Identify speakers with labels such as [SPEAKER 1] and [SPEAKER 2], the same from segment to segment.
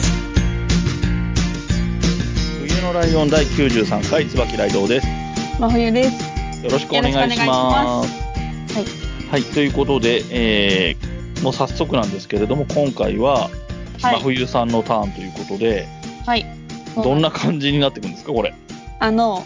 [SPEAKER 1] す
[SPEAKER 2] 冬のライオン第93回、椿ライドウです。
[SPEAKER 3] 真冬です。
[SPEAKER 2] よろしくお願いします。
[SPEAKER 3] はい。
[SPEAKER 2] はい、ということで、えー、もう早速なんですけれども、今回は、真冬さんのターンということで、
[SPEAKER 3] はい。
[SPEAKER 2] どんな感じになっていくんですか、これ。
[SPEAKER 3] あの、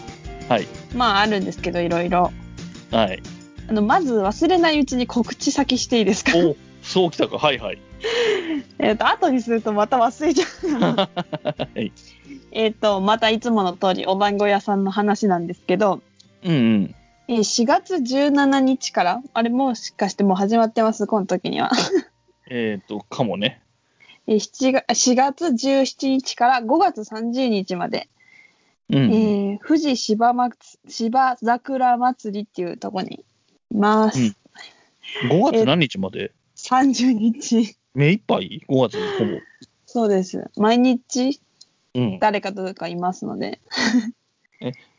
[SPEAKER 2] はい。
[SPEAKER 3] まああるんですけど、いろいろ。
[SPEAKER 2] はい。
[SPEAKER 3] あの、まず忘れないうちに告知先していいですか
[SPEAKER 2] おそうきたか。はい はい。
[SPEAKER 3] えっと、後にするとまた忘れちゃう ので。
[SPEAKER 2] はい。
[SPEAKER 3] えっと、またいつもの通りお団子屋さんの話なんですけど、
[SPEAKER 2] うんうん。
[SPEAKER 3] えー4月17日から、あれもしかしてもう始まってます、この時には。
[SPEAKER 2] えっ、ー、と、かもね。
[SPEAKER 3] えー7が4月17日から5月30日まで、
[SPEAKER 2] うん。
[SPEAKER 3] えー富士芝まつ芝桜祭りっていうとこにいます。
[SPEAKER 2] うん5月何日まで、
[SPEAKER 3] 30日。
[SPEAKER 2] 目いっぱい ?5 月ほぼ。
[SPEAKER 3] そうです。毎日
[SPEAKER 2] うん。
[SPEAKER 3] 誰かとかいますので、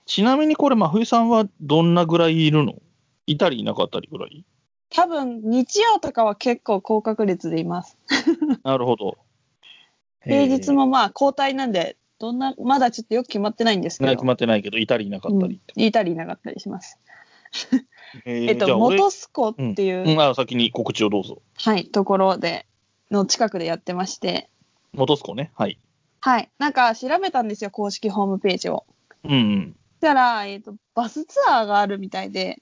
[SPEAKER 2] ちなみにこれ、真冬さんはどんなぐらいいるのいたりいなかったりぐらい
[SPEAKER 3] 多分日曜とかは結構高確率でいます。
[SPEAKER 2] なるほど。
[SPEAKER 3] 平日もまあ交代なんで、どんな、まだちょっとよく決まってないんです
[SPEAKER 2] えー。
[SPEAKER 3] け
[SPEAKER 2] ね
[SPEAKER 3] ど
[SPEAKER 2] 決、まってないけど、いたりいなかったりって。
[SPEAKER 3] うんいたりいなかったりします。
[SPEAKER 2] えー
[SPEAKER 3] えっ
[SPEAKER 2] じゃ
[SPEAKER 3] と、
[SPEAKER 2] あ俺
[SPEAKER 3] 元栖湖っていう、
[SPEAKER 2] うん、あ先に告知をどうぞ。
[SPEAKER 3] はい、ところで、の近くでやってまして、
[SPEAKER 2] 元栖湖ね。はい。
[SPEAKER 3] はい。なんか調べたんですよ、公式ホームページを。
[SPEAKER 2] うんうん。
[SPEAKER 3] そしたら、えっ、と、バスツアーがあるみたいで、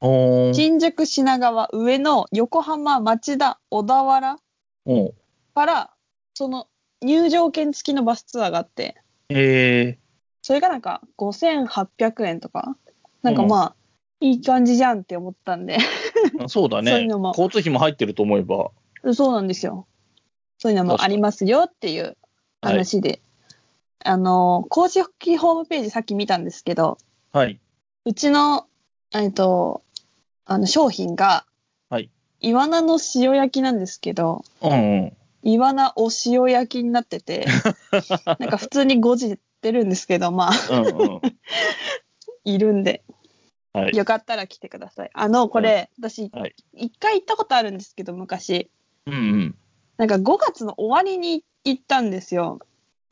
[SPEAKER 2] おー
[SPEAKER 3] 新宿、品川、上野、横浜、町田、小田原
[SPEAKER 2] おう
[SPEAKER 3] から、その入場券付きのバスツアーがあって、
[SPEAKER 2] え
[SPEAKER 3] それがなんか5800円とか、なんか
[SPEAKER 2] うん
[SPEAKER 3] まあ、いい感じじゃんって思ったんで、
[SPEAKER 2] ー、そうだね
[SPEAKER 3] そういうのも
[SPEAKER 2] 交通費も入ってると思えば。
[SPEAKER 3] そうなんですよ。そういうのもありますよっていう
[SPEAKER 2] はい。
[SPEAKER 3] 話で、あの、公式ホームページさっき見たんですけど、
[SPEAKER 2] はい。
[SPEAKER 3] うちの、えっと、あの商品が、
[SPEAKER 2] はい
[SPEAKER 3] イワナの塩焼きなんですけど、
[SPEAKER 2] うんうん。
[SPEAKER 3] イワナお塩焼きになって て、なんか普通に5時ってるんですけど、まあ、
[SPEAKER 2] うんうん。
[SPEAKER 3] いるんで、
[SPEAKER 2] はい。
[SPEAKER 3] よかったら来てください。あの、これ、私、
[SPEAKER 2] はい
[SPEAKER 3] 一回行ったことあるんですけど、昔。
[SPEAKER 2] うんうん。
[SPEAKER 3] なんか5月の終わりに行ったんですよ。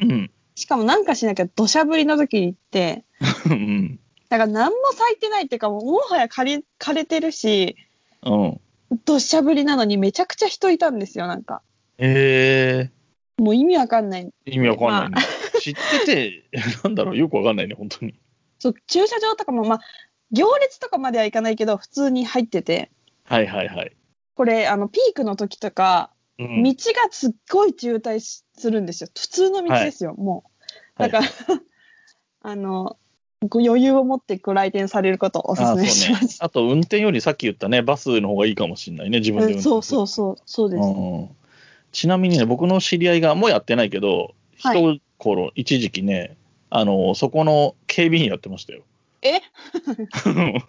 [SPEAKER 2] うん
[SPEAKER 3] しかもなんかしなきゃ土砂降りの時に行って、
[SPEAKER 2] うん。
[SPEAKER 3] なんか何も咲いてないっていうか、もうもはや枯れ枯れてるし、
[SPEAKER 2] うん。
[SPEAKER 3] 土砂降りなのにめちゃくちゃ人いたんですよ、なんか。
[SPEAKER 2] え
[SPEAKER 3] もう意味わかんない。
[SPEAKER 2] ー、意味わかんないね。知ってて、 なんだろう、よくわかんないね、本当に。
[SPEAKER 3] そう、駐車場とかも、まあ、行列とかまではいかないけど、普通に入ってて、
[SPEAKER 2] はいはいはい。
[SPEAKER 3] これ、あの、ピークの時とか、
[SPEAKER 2] う
[SPEAKER 3] 道
[SPEAKER 2] ん
[SPEAKER 3] がすっごい渋滞しするんですよ。普通の道ですよ、もう。だから、 あの、ご余裕を持ってご来店されることをお
[SPEAKER 2] あ
[SPEAKER 3] 勧めし
[SPEAKER 2] そう
[SPEAKER 3] ま
[SPEAKER 2] ね
[SPEAKER 3] す。
[SPEAKER 2] あと、運転よりさっき言ったね、バスの方がいいかもしれないね、自分で運
[SPEAKER 3] うん
[SPEAKER 2] 転
[SPEAKER 3] そうそううそう、そうです。
[SPEAKER 2] んちなみにね、僕の知り合いが、もうやってないけど、
[SPEAKER 3] はい
[SPEAKER 2] 一頃、一時期ね、あの、そこの警備員やってましたよ。
[SPEAKER 3] えそうなんですね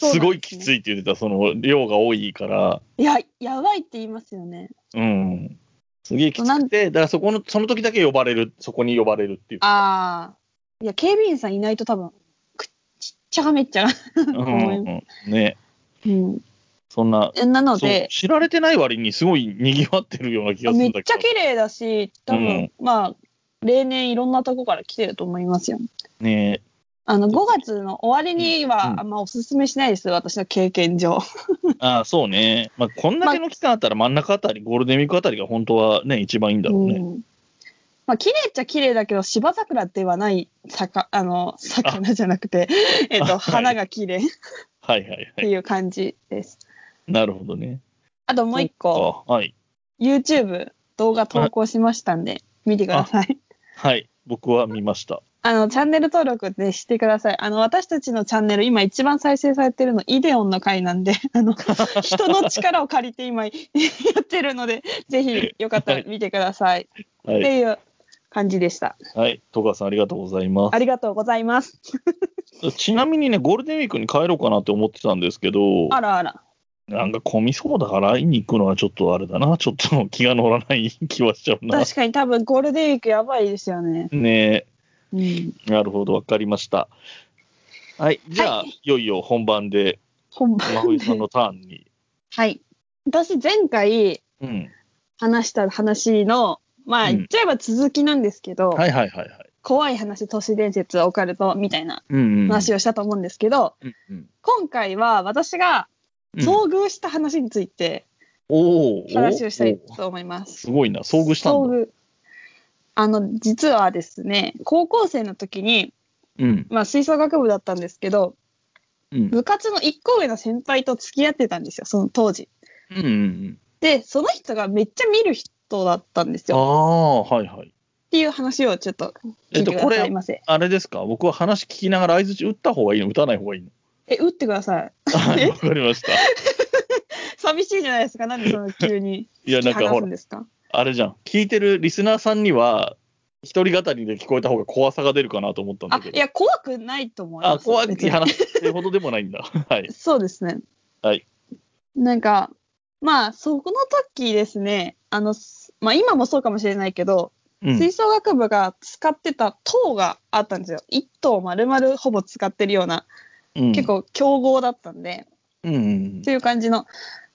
[SPEAKER 2] すごいきついって言ってた、その量が多いから、
[SPEAKER 3] いや、やばいって言いますよね。
[SPEAKER 2] うん。すげえきつくて、だからそこの、その時だけ呼ばれる、そこに呼ばれるっていう。
[SPEAKER 3] ああ。いや、警備員さんいないと多分、くっちっちゃがめっちゃが。
[SPEAKER 2] うんうんね、
[SPEAKER 3] うん。
[SPEAKER 2] そんな、
[SPEAKER 3] なの
[SPEAKER 2] そう
[SPEAKER 3] で、
[SPEAKER 2] 知られてない割にすごい賑わってるような気がす
[SPEAKER 3] め
[SPEAKER 2] る
[SPEAKER 3] っ
[SPEAKER 2] んだけど。
[SPEAKER 3] ちゃ綺麗だし、多分、まあ、例年いろんなとこから来てると思いますよ。
[SPEAKER 2] ね
[SPEAKER 3] あの、5月の終わりには、
[SPEAKER 2] うん
[SPEAKER 3] あんまおすすめしないです、私の経験上。
[SPEAKER 2] ああ、そうね。まあ、こんだけの期間あったら真ん中あたり、ゴールデンウィークあたりが本当はね、一番いいんだろうね。
[SPEAKER 3] ん。まあ、綺麗っちゃ綺麗だけど、芝桜ではない、さか、あの、魚じゃなくて、 えっ
[SPEAKER 2] あは
[SPEAKER 3] と、
[SPEAKER 2] い
[SPEAKER 3] 花が綺麗っ
[SPEAKER 2] はいはいは
[SPEAKER 3] て
[SPEAKER 2] い。
[SPEAKER 3] いう感じです。
[SPEAKER 2] なるほどね。
[SPEAKER 3] あともう一個、
[SPEAKER 2] あはい。
[SPEAKER 3] YouTube 動画投稿しましたんで、見てください。
[SPEAKER 2] はい。僕は見ました。
[SPEAKER 3] あの、チャンネル登録でしてください。あの、私たちのチャンネル、今一番再生されてるの、イデオンの回なんで、 あの、人の力を借りて今やってるので、ぜひよかったら見てください。
[SPEAKER 2] は
[SPEAKER 3] っ
[SPEAKER 2] い。
[SPEAKER 3] ていう感じでした。
[SPEAKER 2] はい。戸川さん、ありがとうございま
[SPEAKER 3] ありがとうございます。
[SPEAKER 2] す。ちなみにね、ゴールデンウィークに帰ろうかなって思ってたんですけど、
[SPEAKER 3] あらあら。
[SPEAKER 2] なんか混みそうだから、会いに行くのはちょっとあれだな。ちょっと気が乗らない気はしちゃうな。
[SPEAKER 3] 確かに多分ゴールデンウィークやばいですよね。
[SPEAKER 2] ね
[SPEAKER 3] うん。
[SPEAKER 2] えなるほど、わかりました。はい。じゃあ、い、よいよ本番で、
[SPEAKER 3] 本
[SPEAKER 2] 真
[SPEAKER 3] 番
[SPEAKER 2] 冬さん
[SPEAKER 3] で。
[SPEAKER 2] のターンに。
[SPEAKER 3] はい。私前回
[SPEAKER 2] うん。
[SPEAKER 3] 話した話の、まあ
[SPEAKER 2] うん
[SPEAKER 3] 言っちゃえば続きなんですけど、
[SPEAKER 2] はいはいはいはい。
[SPEAKER 3] 怖い話、都市伝説、オカルトみたいな
[SPEAKER 2] うん、うん。
[SPEAKER 3] 話をしたと思うんですけど、
[SPEAKER 2] うんうん
[SPEAKER 3] 今回は私が
[SPEAKER 2] うん
[SPEAKER 3] 遭遇した話について
[SPEAKER 2] おーお
[SPEAKER 3] 話をしたい
[SPEAKER 2] ー
[SPEAKER 3] と思います。
[SPEAKER 2] すごいな。遭遇したんだ。
[SPEAKER 3] 遭遇あの、実はですね、高校生の時に、
[SPEAKER 2] うん。
[SPEAKER 3] まあ、吹奏楽部だったんですけど、
[SPEAKER 2] うん。
[SPEAKER 3] 部活の一個上の先輩と付き合ってたんですよ、その当時。
[SPEAKER 2] うんうんうん。
[SPEAKER 3] で、その人がめっちゃ見る人だったんです
[SPEAKER 2] あ
[SPEAKER 3] よ。っ
[SPEAKER 2] あ、はいはい。
[SPEAKER 3] ていう話をちょっと聞
[SPEAKER 2] えっ
[SPEAKER 3] い
[SPEAKER 2] と
[SPEAKER 3] てくだ
[SPEAKER 2] これ
[SPEAKER 3] さいませ。
[SPEAKER 2] あれですか僕は話聞きながら相づち打った方がいいの打たない方がいい の
[SPEAKER 3] え、打ってください。
[SPEAKER 2] はい、わかりました。
[SPEAKER 3] 寂しいじゃないですか、なんでその急に
[SPEAKER 2] いや、なんか
[SPEAKER 3] 話
[SPEAKER 2] ほ
[SPEAKER 3] すん
[SPEAKER 2] ら、
[SPEAKER 3] ですか。
[SPEAKER 2] あれじゃん。聞いてるリスナーさんには、一人語りで聞こえた方が怖さが出るかなと思ったんだ
[SPEAKER 3] あ、
[SPEAKER 2] け
[SPEAKER 3] い
[SPEAKER 2] ど。
[SPEAKER 3] や、怖くないと思います。
[SPEAKER 2] あ、怖
[SPEAKER 3] 別
[SPEAKER 2] い
[SPEAKER 3] に
[SPEAKER 2] 話ってほどでもないんだ。 はい。
[SPEAKER 3] そうですね。
[SPEAKER 2] はい。
[SPEAKER 3] なんか、まあ、そこの時ですね、あの、すまあ今もそうかもしれないけど、
[SPEAKER 2] うん。
[SPEAKER 3] 吹奏楽部が使ってた塔があったんですよ。一塔丸々ほぼ使ってるような、
[SPEAKER 2] うん
[SPEAKER 3] 結。構強豪だったんで、
[SPEAKER 2] うんうん
[SPEAKER 3] っていう感じの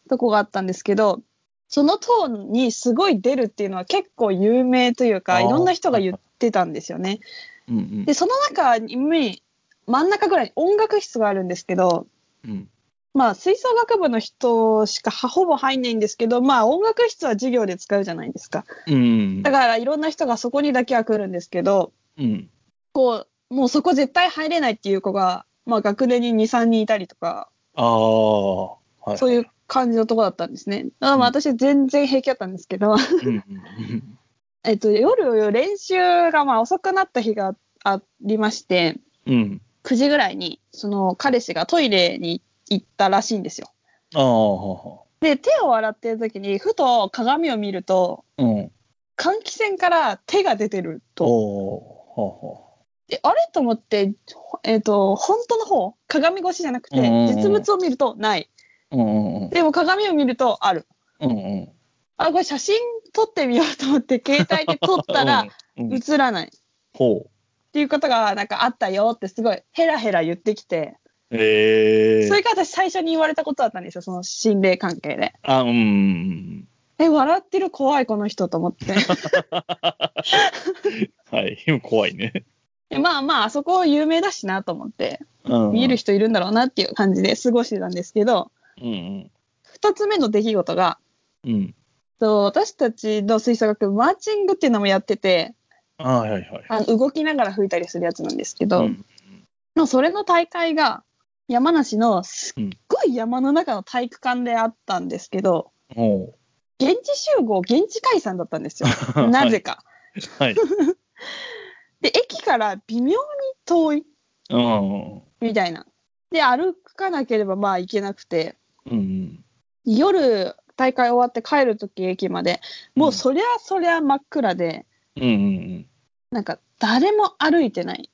[SPEAKER 3] とこがあったんですけど、その塔にすごい出るっていうのは結構有名というか、
[SPEAKER 2] あー
[SPEAKER 3] いろんな人が言ってたんですよね。
[SPEAKER 2] うん。うん
[SPEAKER 3] で、その中に、真ん中ぐらいに音楽室があるんですけど、
[SPEAKER 2] うん。
[SPEAKER 3] まあ、吹奏楽部の人しかはほぼ入んないんですけど、まあ、音楽室は授業で使うじゃないですか。
[SPEAKER 2] うん
[SPEAKER 3] だ。から、いろんな人がそこにだけは来るんですけど、
[SPEAKER 2] うん。
[SPEAKER 3] こう、もうそこ絶対入れないっていう子が、まあ、学年に2、3人いたりとか、
[SPEAKER 2] ああ、はい。
[SPEAKER 3] そういう感じのとこだったんですね。だからまあ、
[SPEAKER 2] うん
[SPEAKER 3] 私全然平気だったんですけど、
[SPEAKER 2] うんうんうん。
[SPEAKER 3] えっと、夜、練習がまあ、遅くなった日がありまして、
[SPEAKER 2] うん。
[SPEAKER 3] 9時ぐらいに、その、彼氏がトイレに行ったらしいんですよ。
[SPEAKER 2] ああ、は
[SPEAKER 3] で、手を洗ってる時に、ふと鏡を見ると、
[SPEAKER 2] あうん。
[SPEAKER 3] 換気扇から手が出てると。
[SPEAKER 2] おお
[SPEAKER 3] であれと思って、えっ、と、本当の方、鏡越しじゃなくて、
[SPEAKER 2] うんうんうん
[SPEAKER 3] 実物を見るとない。
[SPEAKER 2] はあはあ。うんうんうん。
[SPEAKER 3] でも鏡を見るとある。
[SPEAKER 2] うんうん。
[SPEAKER 3] あ、これ写真撮ってみようと思って、携帯で撮ったら
[SPEAKER 2] うん、うん
[SPEAKER 3] 映らない。っ
[SPEAKER 2] ほう。
[SPEAKER 3] ていうことが、なんかあったよってすごい、ヘラヘラ言ってきて、
[SPEAKER 2] ええ
[SPEAKER 3] それが私最初に言われたことだったんですよ、その心霊関係で。
[SPEAKER 2] あ、うんうんうん。
[SPEAKER 3] え、笑ってる怖いこの人と思 って。
[SPEAKER 2] はい。 怖いね。
[SPEAKER 3] でまあまあ、あそこ有名だしなと思って、
[SPEAKER 2] うん
[SPEAKER 3] 見える人いるんだろうなっていう感じで過ごしてたんですけど、
[SPEAKER 2] うん
[SPEAKER 3] 二つ目の出来事が、
[SPEAKER 2] うん。うん。
[SPEAKER 3] と私たちの吹奏楽部マーチングっていうのもやってて
[SPEAKER 2] あはいはいはい。
[SPEAKER 3] あの動きながら吹いたりするやつなんですけど、
[SPEAKER 2] うん
[SPEAKER 3] のそれの大会が山梨のすっごい山の中の体育館であったんですけど
[SPEAKER 2] ほ
[SPEAKER 3] 現地集合現地解散だったん ですよ
[SPEAKER 2] う。
[SPEAKER 3] なぜか。
[SPEAKER 2] はい。
[SPEAKER 3] で駅から微妙に遠い
[SPEAKER 2] うん
[SPEAKER 3] みたいな。で歩かなければまあいけなくて
[SPEAKER 2] うん。
[SPEAKER 3] 夜大会終わって帰るとき駅までもうそりゃそりゃ真っ暗で、
[SPEAKER 2] うんうん
[SPEAKER 3] なんか誰も歩いてない。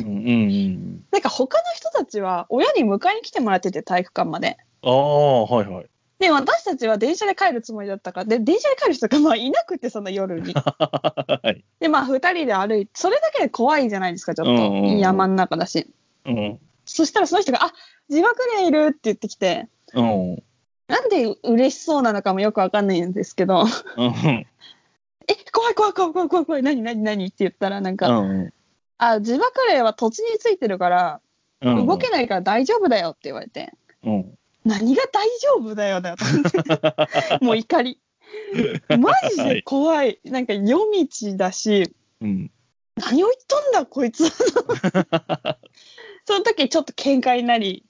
[SPEAKER 2] うん。うんうんうん。
[SPEAKER 3] なんか他の人たちは親に迎えに来てもらってて体育館まで。
[SPEAKER 2] ああ、はいはい。
[SPEAKER 3] で、私たちは電車で帰るつもりだったから、で、電車で帰る人がまあいなくて、その夜 に。
[SPEAKER 2] はい。
[SPEAKER 3] で、まあ二人で歩いて、それだけで怖いじゃないですか、ちょっ
[SPEAKER 2] うんうんう
[SPEAKER 3] と。
[SPEAKER 2] ん
[SPEAKER 3] 山の中だし。
[SPEAKER 2] うん。
[SPEAKER 3] そしたらその人が、あ、自爆霊いるって言ってきて、
[SPEAKER 2] うん。うん
[SPEAKER 3] なんで嬉しそうなのかもよくわかんないんですけど、
[SPEAKER 2] うん。
[SPEAKER 3] え、怖い怖い怖い怖い怖い怖い、何何何って言ったらなん
[SPEAKER 2] う
[SPEAKER 3] か、
[SPEAKER 2] ん
[SPEAKER 3] あ、自爆霊は土地についてるから、
[SPEAKER 2] うん。
[SPEAKER 3] 動けないから大丈夫だよって言われて、
[SPEAKER 2] うん。
[SPEAKER 3] 何が大丈夫だよ だよと思ってもう怒りマジで怖いなんか夜道だし
[SPEAKER 2] うん。
[SPEAKER 3] 何を言っとんだこい つその時ちょっと喧嘩になり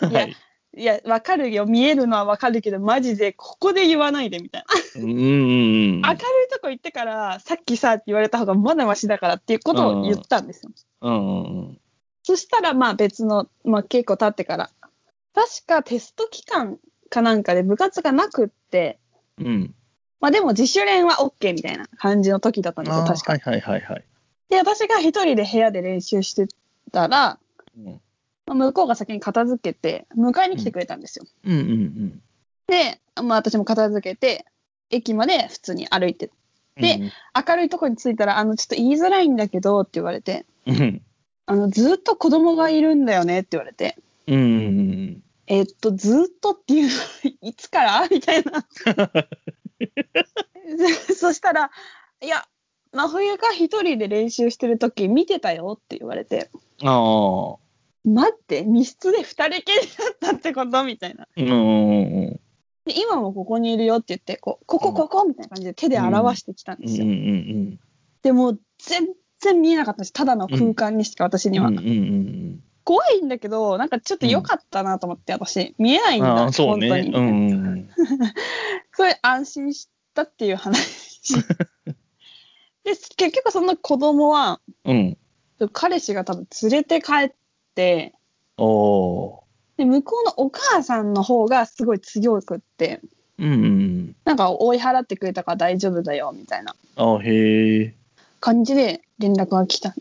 [SPEAKER 2] はい。
[SPEAKER 3] いやわかるよ見えるのはわかるけどマジでここで言わないでみたい
[SPEAKER 2] うんうんうん。
[SPEAKER 3] な明るいとこ行ってからさっきさって言われた方がまだましだからっていうことを言ったんですよ
[SPEAKER 2] うんうん
[SPEAKER 3] そしたらまあ別の、まあ、結構経ってから確かテスト期間かなんかで部活がなくって
[SPEAKER 2] うん。
[SPEAKER 3] まあでも自主練は OK みたいな感じの時だったんですよ、
[SPEAKER 2] あー
[SPEAKER 3] 確か。
[SPEAKER 2] はいはいはいはい。
[SPEAKER 3] で、私が一人で部屋で練習してたら、
[SPEAKER 2] うん
[SPEAKER 3] まあ向こうが先に片付けて、迎えに来てくれたんですよ。
[SPEAKER 2] うんうんうん。
[SPEAKER 3] で、まあ私も片付けて、駅まで普通に歩いて、で明るいとこに着いたら、あの、ちょっと言いづらいんだけどって言われて、
[SPEAKER 2] うん、うん
[SPEAKER 3] あの、ずっと子供がいるんだよねって言われて、
[SPEAKER 2] うんうん
[SPEAKER 3] えっと、ずっとっていうのいつからみたい な。そしたら、いや、真冬が一人で練習してる時見てたよって言われて、
[SPEAKER 2] うん。ああ。
[SPEAKER 3] 待って、密室で二人きりだったってことみたいな。
[SPEAKER 2] うんうんうん
[SPEAKER 3] で今もここにいるよって言って、こうここ、ここみたいな感じで手で表してきたんで
[SPEAKER 2] うん
[SPEAKER 3] す
[SPEAKER 2] う
[SPEAKER 3] よ。
[SPEAKER 2] んうん。
[SPEAKER 3] でも、全然見えなかったし、ただの空間にしか私には。
[SPEAKER 2] うんうんうん
[SPEAKER 3] 怖いんだけど、なんかちょっと良かったなと思って、私。見えな
[SPEAKER 2] う
[SPEAKER 3] いん
[SPEAKER 2] ん。あ
[SPEAKER 3] だ、
[SPEAKER 2] あ、そう
[SPEAKER 3] 本当
[SPEAKER 2] ね
[SPEAKER 3] に。。
[SPEAKER 2] うんうんうん。
[SPEAKER 3] それ安心したっていう話。 で、結局その子供は、
[SPEAKER 2] うん。
[SPEAKER 3] 彼氏が多分連れて帰って、
[SPEAKER 2] おお
[SPEAKER 3] で、向こうのお母さんの方がすごい強くって、
[SPEAKER 2] ー。うんうんうん。
[SPEAKER 3] なんか追い払ってくれたから大丈夫だよ、みたいな
[SPEAKER 2] ああ、へえ。
[SPEAKER 3] 感じで連絡が来たん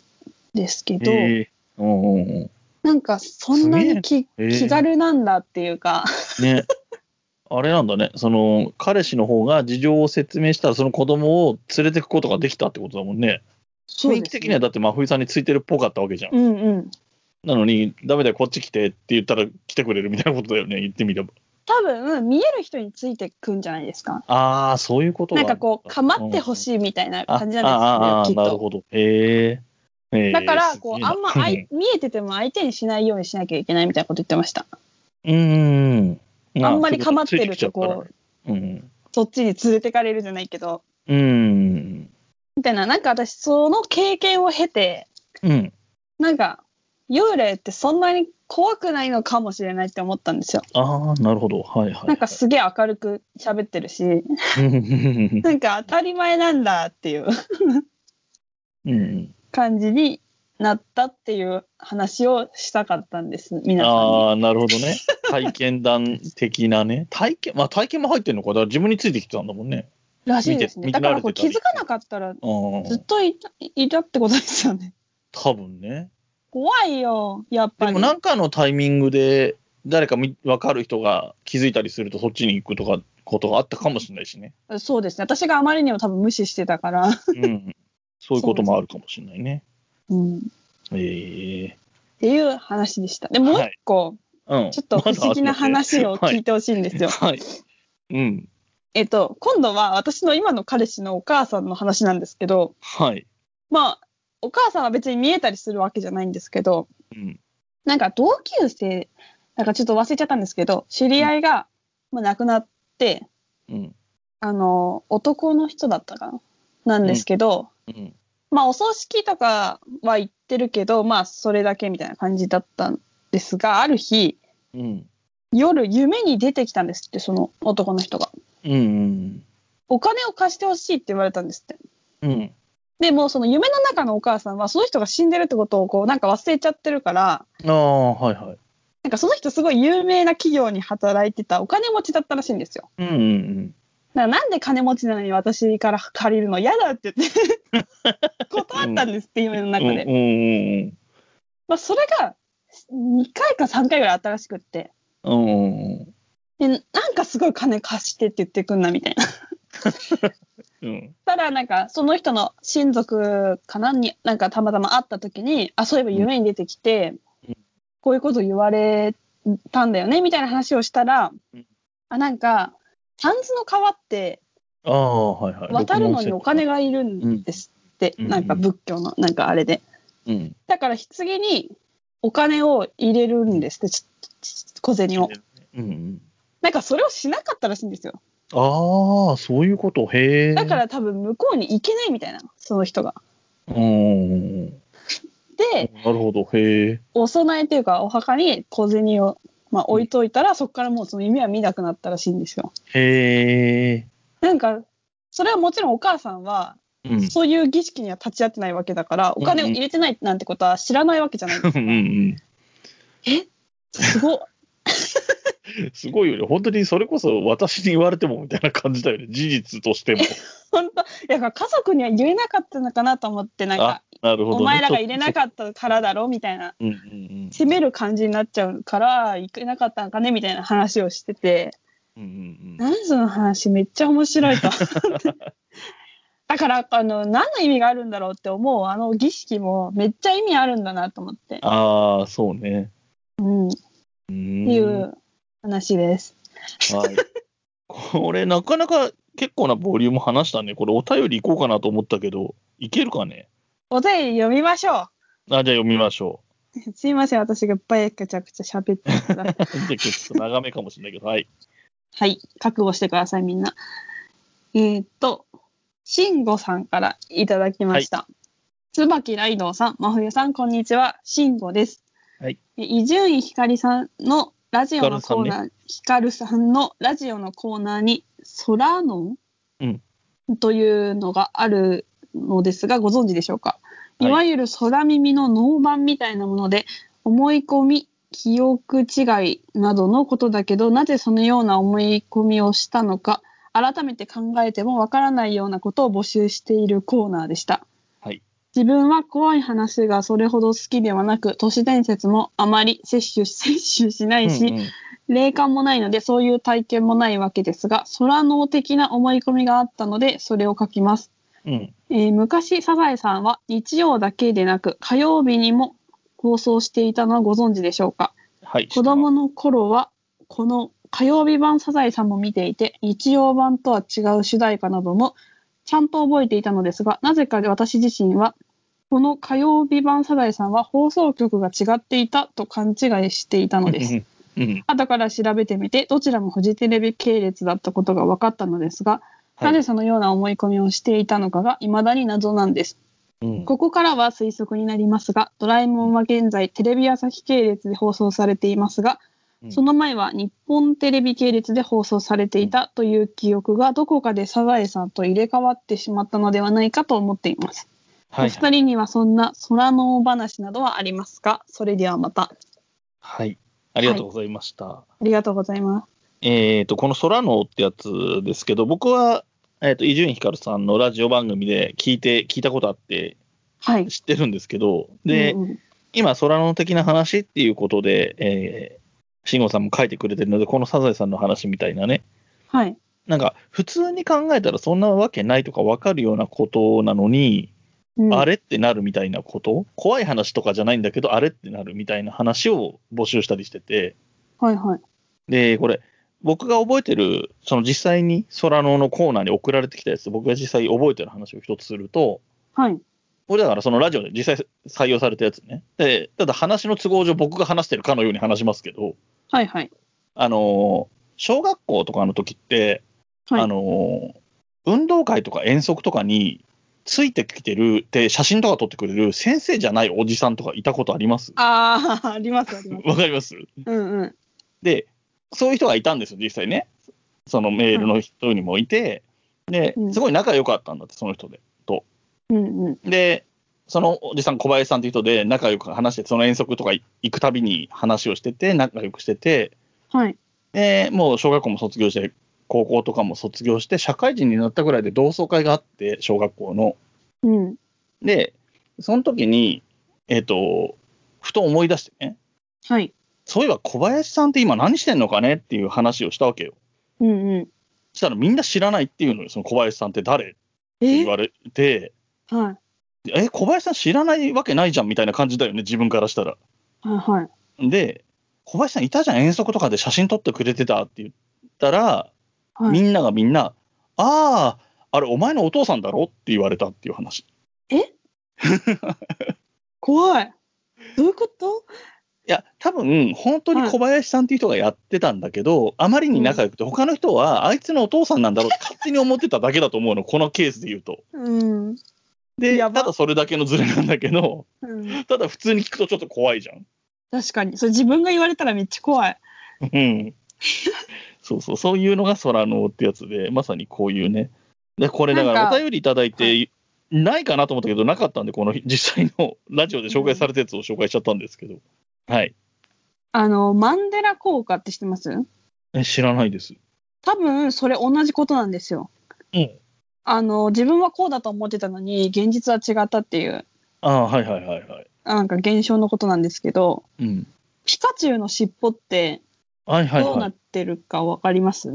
[SPEAKER 3] ですけど、
[SPEAKER 2] へえ。うんうんうん。
[SPEAKER 3] なんかそんなにき
[SPEAKER 2] すげえなへえ
[SPEAKER 3] 気軽なんだっていうか、
[SPEAKER 2] ね。 あれなんだね。その、彼氏の方が事情を説明したら、その子供を連れてくことができたってことだもんね。
[SPEAKER 3] そう
[SPEAKER 2] 雰囲
[SPEAKER 3] で
[SPEAKER 2] 気
[SPEAKER 3] す
[SPEAKER 2] 的にはだって真冬さんについてるっぽかったわけじゃん。
[SPEAKER 3] うんうん。
[SPEAKER 2] なのに、ダメだよ、こっち来てって言ったら来てくれるみたいなことだよね。言ってみれば。
[SPEAKER 3] 多分、見える人についてくんじゃないですか。
[SPEAKER 2] ああ、そういうこと
[SPEAKER 3] なんかこう、構ってほ
[SPEAKER 2] い
[SPEAKER 3] しいみたいな
[SPEAKER 2] あ
[SPEAKER 3] 感じなんですよ、きっ
[SPEAKER 2] あああなる
[SPEAKER 3] と。
[SPEAKER 2] ほど。へえへえ
[SPEAKER 3] だから、こう、
[SPEAKER 2] すげえな
[SPEAKER 3] あんまあい見えてても相手にしないようにしなきゃいけないみたいなこと言ってました。
[SPEAKER 2] うん。
[SPEAKER 3] あんまり構ってると、
[SPEAKER 2] まあ
[SPEAKER 3] こう、
[SPEAKER 2] ついてきちゃったらうん。
[SPEAKER 3] そっちに連れてかれるじゃないけど、
[SPEAKER 2] うん。
[SPEAKER 3] みたいな、なんか私、その経験を経て、
[SPEAKER 2] うん。
[SPEAKER 3] なんか、幽霊ってそんなに怖くないのかもしれないって思ったんですよ。
[SPEAKER 2] ああ、なるほど。はいはいはい。
[SPEAKER 3] なんかすげえ明るく喋ってるし、
[SPEAKER 2] うん
[SPEAKER 3] なんか当たり前なんだっていう
[SPEAKER 2] うん。
[SPEAKER 3] 感じになったっていう話をしたかったんです、皆さんに。
[SPEAKER 2] ああ、なるほどね。体験談的なね。体験、まあ体験も入ってるのか。だから自分についてきてたんだもんね。
[SPEAKER 3] らしいです
[SPEAKER 2] 見
[SPEAKER 3] ね。
[SPEAKER 2] て
[SPEAKER 3] だ
[SPEAKER 2] 見
[SPEAKER 3] からら
[SPEAKER 2] れて
[SPEAKER 3] こ
[SPEAKER 2] た
[SPEAKER 3] う
[SPEAKER 2] り
[SPEAKER 3] 気づかなかったら
[SPEAKER 2] ああ
[SPEAKER 3] ずっといたいたってことですよね。
[SPEAKER 2] 多分ね。
[SPEAKER 3] 怖いよ、やっぱ
[SPEAKER 2] で
[SPEAKER 3] り。
[SPEAKER 2] もなんかのタイミングで、誰かみ分かる人が気づいたりすると、そっちに行くとか、ことがあったかもしれないしね。
[SPEAKER 3] そうですね。私があまりにも多分無視してたから。
[SPEAKER 2] うん。 そういうこともあるかもしれないね。
[SPEAKER 3] うん、っ
[SPEAKER 2] ええ
[SPEAKER 3] ていう話でした。で、もう一個、
[SPEAKER 2] うん。
[SPEAKER 3] ちょっと不思議な話を聞い
[SPEAKER 2] て
[SPEAKER 3] てほしいんですよ。
[SPEAKER 2] はい。うん。
[SPEAKER 3] えっと、今度は私の今の彼氏のお母さんの話なんですけど、
[SPEAKER 2] はい。
[SPEAKER 3] まあ、お母さんは別に見えたりするわけじゃないんですけど、
[SPEAKER 2] うん。
[SPEAKER 3] なんか同級生、なんかちょっと忘れちゃったんですけど、知り合いがもう亡くなって、
[SPEAKER 2] うん。
[SPEAKER 3] あの、男の人だったかななんですけど、
[SPEAKER 2] うん。
[SPEAKER 3] まあ、お葬式とかは行ってるけど、まあ、それだけみたいな感じだったんですが、ある日、
[SPEAKER 2] うん。
[SPEAKER 3] 夜、夢に出てきたんですって、その男の人が。
[SPEAKER 2] うん。
[SPEAKER 3] お金を貸してほしいって言われたんですって。
[SPEAKER 2] うん。
[SPEAKER 3] でも、その夢の中のお母さんは、その人が死んでるってことを、こう、なんか忘れちゃってるから、
[SPEAKER 2] ああ、はいはい。
[SPEAKER 3] なんかその人すごい有名な企業に働いてたお金持ちだったらしいんですよ。
[SPEAKER 2] うんうん
[SPEAKER 3] だからなんで金持ちなのに私から借りるの嫌だって言って、 断ったんですって、夢の
[SPEAKER 2] うん。
[SPEAKER 3] 中で
[SPEAKER 2] うん。うん
[SPEAKER 3] まあ、それが2回か3回ぐらいあったらしくって、
[SPEAKER 2] うんうん。うん
[SPEAKER 3] でなんかすごい金貸してって言ってくんなみたいな。
[SPEAKER 2] うん。
[SPEAKER 3] ただなんかその人の親族かなになんかたまたま会った時にあそういえば夢に出てきて、
[SPEAKER 2] うん
[SPEAKER 3] こういうこと言われたんだよねみたいな話をしたら、
[SPEAKER 2] うん
[SPEAKER 3] あなんかタンスの川って
[SPEAKER 2] ああ、はいはい。
[SPEAKER 3] 渡るのにお金
[SPEAKER 2] が。
[SPEAKER 3] がいるんですって、
[SPEAKER 2] うん
[SPEAKER 3] なんか仏教のなんかあれで
[SPEAKER 2] うん。
[SPEAKER 3] だから棺にお金を入れるんですってちちち小銭を
[SPEAKER 2] うんうん。
[SPEAKER 3] なんかそれをしなかったらしいんですよ
[SPEAKER 2] ああ、そういうこと。へえ。
[SPEAKER 3] だか。ら多分向こうに行けないみたいな、その人が。
[SPEAKER 2] うんうんうん。
[SPEAKER 3] で、
[SPEAKER 2] なるほど。へえ。
[SPEAKER 3] お供えというか、お墓に小銭を、まあ、置いといたら、そこからもうその夢は見なくなったらしいんですよ。
[SPEAKER 2] へえ。
[SPEAKER 3] なんか、それはもちろんお母さんは、
[SPEAKER 2] うん。
[SPEAKER 3] そういう儀式には立ち会ってないわけだから、お金を入れてないなんてことは知らないわけじゃない。
[SPEAKER 2] うんうん。
[SPEAKER 3] すごっ。
[SPEAKER 2] すごいよね。本当にそれこそ私に言われてもみたいな感じだよね。事実 としても。
[SPEAKER 3] 本当いやだから家族には言えなかったのかなと思ってなんか、
[SPEAKER 2] あ、なるほど、ね。
[SPEAKER 3] お前らが入れなかったからだろみたいな
[SPEAKER 2] うんうん
[SPEAKER 3] 責める感じになっちゃうから行けなかったのかねみたいな話をしてて
[SPEAKER 2] うん。うんうんうん。
[SPEAKER 3] 何その話めっちゃ面白いと だからあの何の意味があるんだろうって思うあの儀式もめっちゃ意味あるんだなと思って、
[SPEAKER 2] ああ、そうね。
[SPEAKER 3] うん、って
[SPEAKER 2] うーん
[SPEAKER 3] いう話です。
[SPEAKER 2] はい。これ、なかなか結構なボリューム話したね。これ、お便り行こうかなと思ったけど、いけるかね
[SPEAKER 3] お便り読みましょ
[SPEAKER 2] あ、じゃあ読みましょ
[SPEAKER 3] うすいません私がバイくちゃくちゃ喋ってますが
[SPEAKER 2] う。 じゃあちょっと長めかもしれないけど、はい。
[SPEAKER 3] はい、覚悟してください、みんな。えーっと、しんごさんからいただきました。椿ライドウさん、真冬さん、こんにちは。しんごです。
[SPEAKER 2] はい
[SPEAKER 3] え。伊集院光さんのラジオのコーナー、ヒカルさんのラジオのコーナーに、ソラノ
[SPEAKER 2] うん
[SPEAKER 3] ン、というのがあるのですが、ご存知でしょうか。
[SPEAKER 2] はい
[SPEAKER 3] いわゆる空耳の脳版みたいなもので、思い込み、記憶違いなどのことだけど、なぜそのような思い込みをしたのか、改めて考えてもわからないようなことを募集しているコーナーでした。
[SPEAKER 2] はい
[SPEAKER 3] 自分は怖い話がそれほど好きではなく、都市伝説もあまり摂取 摂取しないし、
[SPEAKER 2] うんうん
[SPEAKER 3] 霊感もないので、そういう体験もないわけですが、空脳的な思い込みがあったので、それを書きます。
[SPEAKER 2] うん。
[SPEAKER 3] えー昔、サザエさんは日曜だけでなく火曜日にも放送していたのはご存知でしょうか
[SPEAKER 2] はい。
[SPEAKER 3] 子供の頃はこの火曜日版サザエさんも見ていて日曜版とは違う主題歌などもちゃんと覚えていたのですがなぜか私自身はこの火曜日版サザエさんは放送局が違っていたと勘違いしていたのです。
[SPEAKER 2] うんうん。うん
[SPEAKER 3] 後から調べてみてどちらもフジテレビ系列だったことが分かったのですが、
[SPEAKER 2] はい
[SPEAKER 3] なぜそのような思い込みをしていたのかが未だに謎なんです
[SPEAKER 2] うん
[SPEAKER 3] ここからは推測になりますが、ドラえもんは現在テレビ朝日系列で放送されていますが、
[SPEAKER 2] うん
[SPEAKER 3] その前は日本テレビ系列で放送されていたという記憶がどこかでサザエさんと入れ替わってしまったのではないかと思っています。
[SPEAKER 2] はい。
[SPEAKER 3] お二人にはそんな空の話などはありますかそれではまた。
[SPEAKER 2] はい。ありがとうございました。
[SPEAKER 3] ありがとうございます。
[SPEAKER 2] えっと、この空のってやつですけど、僕は、えっと、伊集院光さんのラジオ番組で聞いて、聞いたことあって、
[SPEAKER 3] はい。
[SPEAKER 2] 知ってるんですけど、で、
[SPEAKER 3] うんうん
[SPEAKER 2] 今、空の的な話っていうことで、えー、慎吾さんも書いてくれてるので、このサザエさんの話みたいなね、
[SPEAKER 3] はい。
[SPEAKER 2] なんか、普通に考えたらそんなわけないとかわかるようなことなのに、
[SPEAKER 3] うん
[SPEAKER 2] あれってなるみたいなこと、怖い話とかじゃないんだけど、あれってなるみたいな話を募集したりしてて、
[SPEAKER 3] はいはい。
[SPEAKER 2] で、これ、僕が覚えてる、その実際に空ののコーナーに送られてきたやつ、僕が実際覚えてる話を一つすると、
[SPEAKER 3] はい。
[SPEAKER 2] これだからそのラジオで実際採用されたやつね。で、ただ話の都合上僕が話してるかのように話しますけど、
[SPEAKER 3] はいはい。
[SPEAKER 2] あのー小学校とかの時って、
[SPEAKER 3] はい
[SPEAKER 2] あのー運動会とか遠足とかについてきてるって写真とか撮ってくれる先生じゃないおじさんとかいたことあります
[SPEAKER 3] ああ、ありますあ ります。
[SPEAKER 2] わかります
[SPEAKER 3] うんうん。
[SPEAKER 2] で、そういう人がいたんですよ、実際ね。そのメールの人にもいて、で
[SPEAKER 3] う、ん
[SPEAKER 2] すごい仲良かったんだって、その人で。
[SPEAKER 3] うんうん。
[SPEAKER 2] で、そのおじさん、小林さんっていう人で仲良く話して、その遠足とか行くたびに話をしてて、仲良くしてて、
[SPEAKER 3] はい。
[SPEAKER 2] で、もう小学校も卒業して、高校とかも卒業して、社会人になったぐらいで同窓会があって、小学校の。
[SPEAKER 3] うん。
[SPEAKER 2] で、その時に、えっ、と、ふと思い出してね、
[SPEAKER 3] はい。
[SPEAKER 2] そういえば小林さんって今何してんのかねっていう話をしたわけよ。
[SPEAKER 3] うんうん。
[SPEAKER 2] そしたらみんな知らないっていうのよ、その小林さんって誰っ
[SPEAKER 3] え
[SPEAKER 2] て言われて、
[SPEAKER 3] はい。
[SPEAKER 2] え、小林さん知らないわけないじゃんみたいな感じだよね、自分からしたら。
[SPEAKER 3] はいはい。
[SPEAKER 2] で、小林さんいたじゃん、遠足とかで写真撮ってくれてたって言ったら、
[SPEAKER 3] はい
[SPEAKER 2] みんながみんな、ああ、あれ、お前のお父さんだろって言われたっていう話。
[SPEAKER 3] 怖い。どういうこと
[SPEAKER 2] いや、多分本当に小林さんっていう人がやってたんだけど、あまりに仲良くて、他の人はあいつのお父さんなんだろうって勝手に思ってただけだと思うの、このケースで言うと。
[SPEAKER 3] うん。
[SPEAKER 2] で、た
[SPEAKER 3] やば
[SPEAKER 2] だそれだけのズレなんだけど、
[SPEAKER 3] うん、
[SPEAKER 2] ただ普通に聞くとちょっと怖いじゃん。
[SPEAKER 3] 確かに。それ自分が言われたらめっちゃ怖い。
[SPEAKER 2] うん。そうそう、そういうのが空のってやつで、まさにこういうね。で、これだか
[SPEAKER 3] な
[SPEAKER 2] ら
[SPEAKER 3] んか
[SPEAKER 2] お便りいただいて、
[SPEAKER 3] は
[SPEAKER 2] ないかなと思ったけど、なかったんで、この実際のラジオで紹介されたやつを紹介しちゃったんですけど。はい。
[SPEAKER 3] あの、マンデラ効果って知ってます
[SPEAKER 2] え、知らないです。
[SPEAKER 3] 多分、それ同じことなんですよ。
[SPEAKER 2] うん。
[SPEAKER 3] あの、自分はこうだと思ってたのに、現実は違ったっていう、
[SPEAKER 2] ああ、はいはいはいはい。
[SPEAKER 3] なんか現象のことなんですけど、
[SPEAKER 2] うん。
[SPEAKER 3] ピカチュウの尻尾って
[SPEAKER 2] はいはい
[SPEAKER 3] どう
[SPEAKER 2] は
[SPEAKER 3] ないってるかわかります、。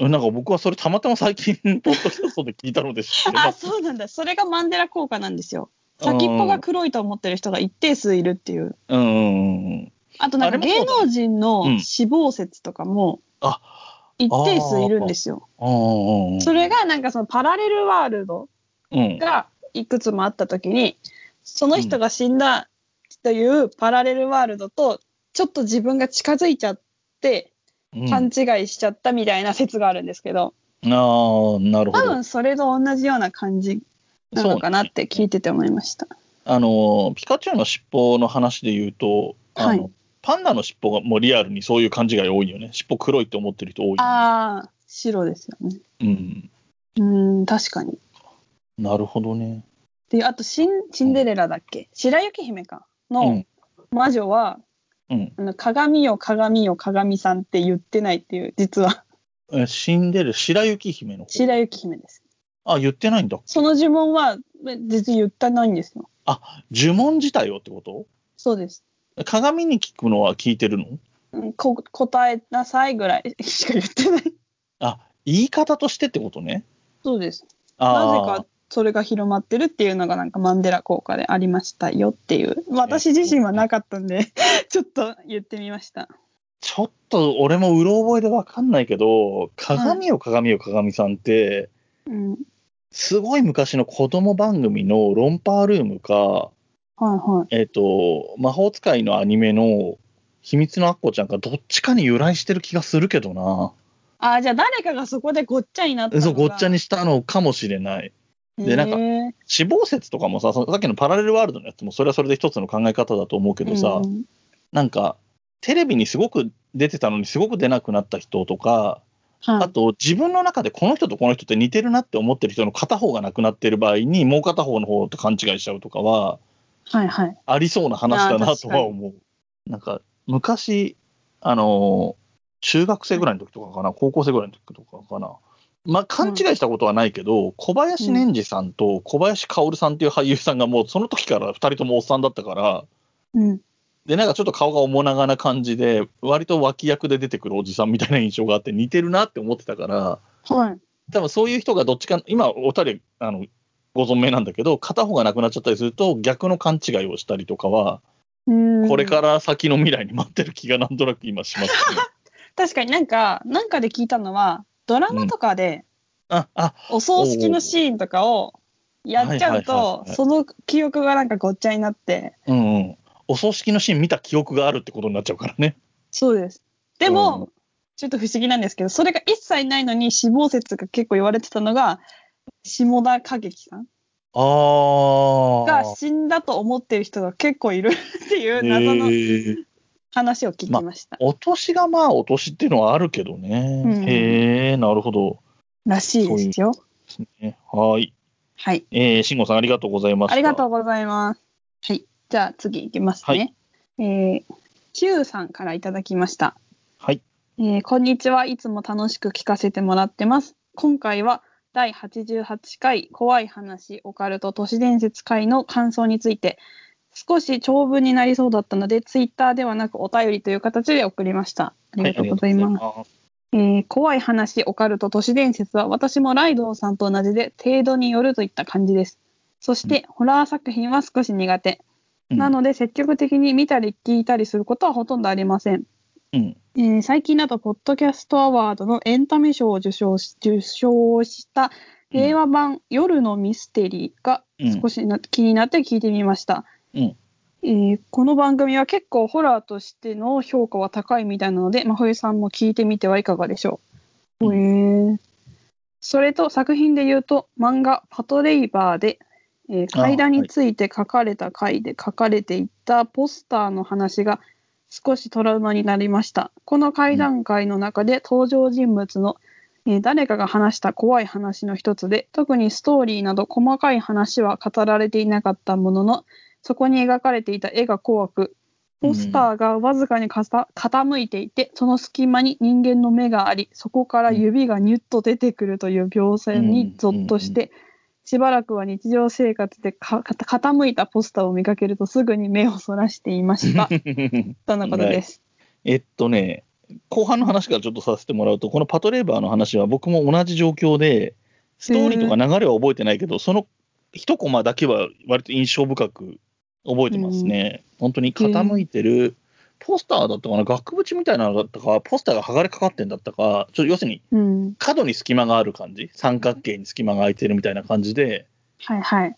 [SPEAKER 2] なんか僕はそれたまたま最近、 ポッドキャストで聞いたので知ってま
[SPEAKER 3] あ、
[SPEAKER 2] す。
[SPEAKER 3] そうなんだ。それがマンデラ効果なんですよ。先っぽが黒いと思ってる人が一定数いるっていう。
[SPEAKER 2] うんうんうんうん。
[SPEAKER 3] あとなんか
[SPEAKER 2] あれもそ
[SPEAKER 3] 芸
[SPEAKER 2] うだね
[SPEAKER 3] 能人の
[SPEAKER 2] うん
[SPEAKER 3] 死亡説とかも
[SPEAKER 2] あ、
[SPEAKER 3] 一定数いるんですよ。
[SPEAKER 2] うんうんうん。
[SPEAKER 3] それ、がなんかそのパラレルワールド
[SPEAKER 2] うん。
[SPEAKER 3] がいくつもあった時に、その人が死んだというパラレルワールドと、ちょっと自分が近づいちゃって
[SPEAKER 2] うん
[SPEAKER 3] 勘違いしちゃったみたいな説があるんですけど、
[SPEAKER 2] ああ、なるほ
[SPEAKER 3] 多
[SPEAKER 2] ど。
[SPEAKER 3] 分それと同じような感じなのかなって聞いてて思いました。
[SPEAKER 2] あの、ピカチュウの尻尾の話で言うと、あの、
[SPEAKER 3] はい
[SPEAKER 2] パンダの尻尾がもうリアルにそういう感じが多いよね。尻尾黒いって思ってる人多いよね、
[SPEAKER 3] ああ、白ですよね。
[SPEAKER 2] うん。
[SPEAKER 3] うーん、確かに。
[SPEAKER 2] なるほどね。
[SPEAKER 3] で、あとシン、シンデレラだっけ白雪姫か。
[SPEAKER 2] う
[SPEAKER 3] の
[SPEAKER 2] ん。
[SPEAKER 3] 魔女は、
[SPEAKER 2] うん。
[SPEAKER 3] あの鏡よ、鏡よ、鏡さんって言ってないっていう、実 は。
[SPEAKER 2] え死んでる白雪姫の方。
[SPEAKER 3] 白雪姫です。
[SPEAKER 2] あ、言ってないんだ。
[SPEAKER 3] その呪文は、え実に言ったないんですよ。
[SPEAKER 2] 呪文自体をってこと
[SPEAKER 3] そうです。
[SPEAKER 2] 鏡に聞くのは聞いてるの
[SPEAKER 3] うん、こ答えなさいぐらいしか言ってない。
[SPEAKER 2] 言い方としてってことね。
[SPEAKER 3] そうです。な
[SPEAKER 2] あ
[SPEAKER 3] ぜ
[SPEAKER 2] ー
[SPEAKER 3] か、それが広まってるっていうのがなんかマンデラ効果でありましたよっていう。私自身はなかったんで、 ちょっと言ってみました。
[SPEAKER 2] ちょっと俺もうろ覚えでわかんないけど、鏡よ鏡よ鏡さんって、
[SPEAKER 3] うん。
[SPEAKER 2] すごい昔の子供番組のロンパールームか、
[SPEAKER 3] はいはい。
[SPEAKER 2] えっ、と、魔法使いのアニメの秘密のアッコちゃんか、どっちかに由来してる気がするけどな。
[SPEAKER 3] あーじゃあ誰かがそこでごっちゃになったのが
[SPEAKER 2] そう、ごっちゃにしたのかもしれない。でなんか
[SPEAKER 3] へ
[SPEAKER 2] 死亡説とかもさ、そのさっきのパラレルワールドのやつも、それはそれで一つの考え方だと思うけ
[SPEAKER 3] ー
[SPEAKER 2] どさ、
[SPEAKER 3] うん
[SPEAKER 2] なんか、テレビにすごく出てたのにすごく出なくなった人とか、
[SPEAKER 3] はい
[SPEAKER 2] あと自分の中でこの人とこの人って似てるなって思ってる人の片方が亡くなってる場合に、もう片方の方と勘違いしちゃうとかは、
[SPEAKER 3] はいはい。
[SPEAKER 2] ありそうな話だ
[SPEAKER 3] あー
[SPEAKER 2] な
[SPEAKER 3] 確
[SPEAKER 2] と
[SPEAKER 3] かに
[SPEAKER 2] は思う。なんか、昔、あのー中学生ぐらいの時とかかな、高校生ぐらいの時とかかな。まあ、勘違いしたことはないけど、小林念二さんと小林薫さんっていう俳優さんがもうその時から2人ともおっさんだったから、
[SPEAKER 3] うん。
[SPEAKER 2] で、なんかちょっと顔が面長な感じで、割と脇役で出てくるおじさんみたいな印象があって似てるなって思ってたから、
[SPEAKER 3] はい。
[SPEAKER 2] 多分そういう人がどっちか、今お二人、あの、ご存命なんだけど、片方が亡くなっちゃったりすると逆の勘違いをしたりとかは、
[SPEAKER 3] うん
[SPEAKER 2] これから先の未来に待ってる気がなんとなく今しますね。
[SPEAKER 3] 確かになんか、なんかで聞いたのは、ドラマとかで
[SPEAKER 2] あ、あ、
[SPEAKER 3] お葬式のシーンとかをやっちゃう
[SPEAKER 2] はいはいは
[SPEAKER 3] と
[SPEAKER 2] い、はい
[SPEAKER 3] その記憶がなんかごっちゃになって、
[SPEAKER 2] うんうん。お葬式のシーン見た記憶があるってことになっちゃうからね。
[SPEAKER 3] そうです。で
[SPEAKER 2] う
[SPEAKER 3] も
[SPEAKER 2] ん、
[SPEAKER 3] ちょっと不思議なんですけど、それが一切ないのに死亡説が結構言われてたのが、下田景樹さん
[SPEAKER 2] あー
[SPEAKER 3] が死んだと思ってる人が結構いるっていう謎の
[SPEAKER 2] へえ
[SPEAKER 3] 話を聞きました。
[SPEAKER 2] お年がまあお年っていうのはあるけどね。
[SPEAKER 3] うん
[SPEAKER 2] へえ、なるほど。
[SPEAKER 3] らしいですよ。
[SPEAKER 2] ですね。はい。
[SPEAKER 3] はい。
[SPEAKER 2] えー、慎吾さんありがとうございました。
[SPEAKER 3] ありがと
[SPEAKER 2] う。
[SPEAKER 3] うございます。はい。じゃあ次いきますね。えー、Q さんからいただきました。
[SPEAKER 2] はい。
[SPEAKER 3] えーこんにちは。いつも楽しく聞かせてもらってます。今回は第88回怖い話オカルト都市伝説会の感想について少し長文になりそうだったのでツイッターではなくお便りという形で送りました。ありがとうございます。
[SPEAKER 2] はいありがとうございます。
[SPEAKER 3] えー怖い話、オカルト、都市伝説は私もライドウさんと同じで程度によるといった感じです。そして、ホラー作品は少し苦手。
[SPEAKER 2] うん
[SPEAKER 3] なので、積極的に見たり聞いたりすることはほとんどありません。
[SPEAKER 2] うん。
[SPEAKER 3] えー最近だと、ポッドキャストアワードのエンタメ賞を受賞し受賞した令和版夜のミステリーが
[SPEAKER 2] うん
[SPEAKER 3] 少しな気になって聞いてみました。
[SPEAKER 2] うん
[SPEAKER 3] えーこの番組は結構ホラーとしての評価は高いみたいなので、真冬さんも聞いてみてはいかがでしょう。
[SPEAKER 2] う
[SPEAKER 3] へーそれと作品で言うと、漫画パトレイバーで、えー
[SPEAKER 2] あ
[SPEAKER 3] 階段について書かれた回で書かれていたポスターの話が少しトラウマになりました。この会談会の中で登場人物の、えー誰かが話した怖い話の一つで、特にストーリーなど細かい話は語られていなかったものの、そこに描かれていた絵が怖く、ポスターがわずかにかさ傾いていて、その隙間に人間の目があり、そこから指がニュッと出てくるという描写にゾッとして、しばらくは日常生活でかか傾いたポスターを見かけるとすぐに目をそらしていました。とのことです。
[SPEAKER 2] えっとね、後半の話からちょっとさせてもらうと、このパトレーバーの話は僕も同じ状況で、ストーリーとか流れは覚えてないけど、その一コマだけは割と印象深く覚えてますね。本当に傾いてる、ポスターだったかな、額縁みたいなのだったか、ポスターが剥がれかかってんだったか、ちょっと要するに
[SPEAKER 3] うん。
[SPEAKER 2] 角に隙間がある感じ、三角形に隙間が空いてるみたいな感じで、
[SPEAKER 3] はいはい。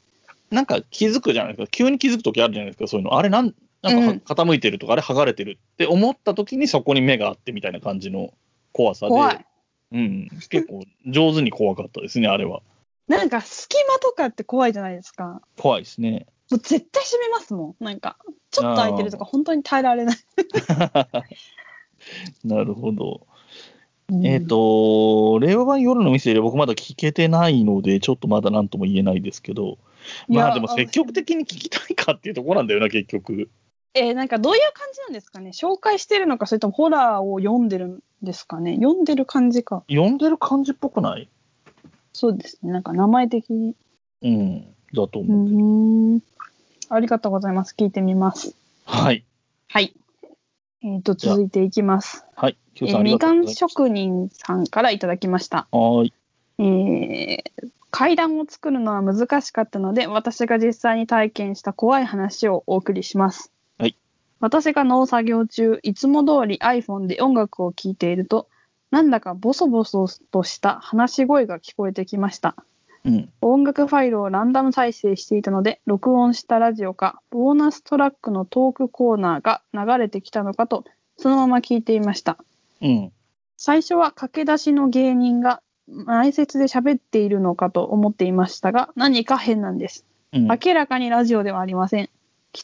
[SPEAKER 2] なんか気づくじゃないですか、急に気づくときあるじゃないですか、そういうの。あれなん、なん
[SPEAKER 3] う
[SPEAKER 2] か
[SPEAKER 3] ん
[SPEAKER 2] は傾いてるとか、あれ剥がれてるって思ったときにそこに目があってみたいな感じの怖さで、
[SPEAKER 3] 怖い。
[SPEAKER 2] うん、結構上手に怖かったですね、あれは。
[SPEAKER 3] なんか隙間とかって怖いじゃないですか。
[SPEAKER 2] 怖いですね。
[SPEAKER 3] もう絶対閉めますもん。なんか、ちょっと開いてるとか本当に耐えられない。
[SPEAKER 2] なるほど。えっ、と、令和版夜の店で僕まだ聞けてないので、ちょっとまだ何とも言えないですけど、
[SPEAKER 3] いや
[SPEAKER 2] まあでも積極的に聞きたいかっていうところなんだよな、結局。
[SPEAKER 3] えーなんかどういう感じなんですかね紹介してるのか、それともホラーを読んでるんですかね読んでる感じか。
[SPEAKER 2] 呼んでる感じっぽくない
[SPEAKER 3] そうですね。なんか名前的に。
[SPEAKER 2] うん、だと
[SPEAKER 3] う
[SPEAKER 2] 思
[SPEAKER 3] ー
[SPEAKER 2] う。
[SPEAKER 3] ん。ありがとうございます。聞いてみます。
[SPEAKER 2] はい。
[SPEAKER 3] はい。えっ、と、続いていきます。
[SPEAKER 2] はい。
[SPEAKER 3] え
[SPEAKER 2] Q さん
[SPEAKER 3] ー
[SPEAKER 2] あり
[SPEAKER 3] み
[SPEAKER 2] がと
[SPEAKER 3] か
[SPEAKER 2] うご
[SPEAKER 3] ん
[SPEAKER 2] ざいます
[SPEAKER 3] 職人さんからいただきました。
[SPEAKER 2] はーい。
[SPEAKER 3] えー階段を作るのは難しかったので、私が実際に体験した怖い話をお送りします。
[SPEAKER 2] はい
[SPEAKER 3] 私が農作業中、いつも通り iPhone で音楽を聴いていると、なんだかボソボソとした話し声が聞こえてきました。
[SPEAKER 2] うん。
[SPEAKER 3] 音楽ファイルをランダム再生していたので、録音したラジオか、ボーナストラックのトークコーナーが流れてきたのかと、そのまま聞いていました。
[SPEAKER 2] うん。
[SPEAKER 3] 最初は駆け出しの芸人が前説で喋っているのかと思っていましたが何か変なんです
[SPEAKER 2] うん。
[SPEAKER 3] 明らかにラジオではありません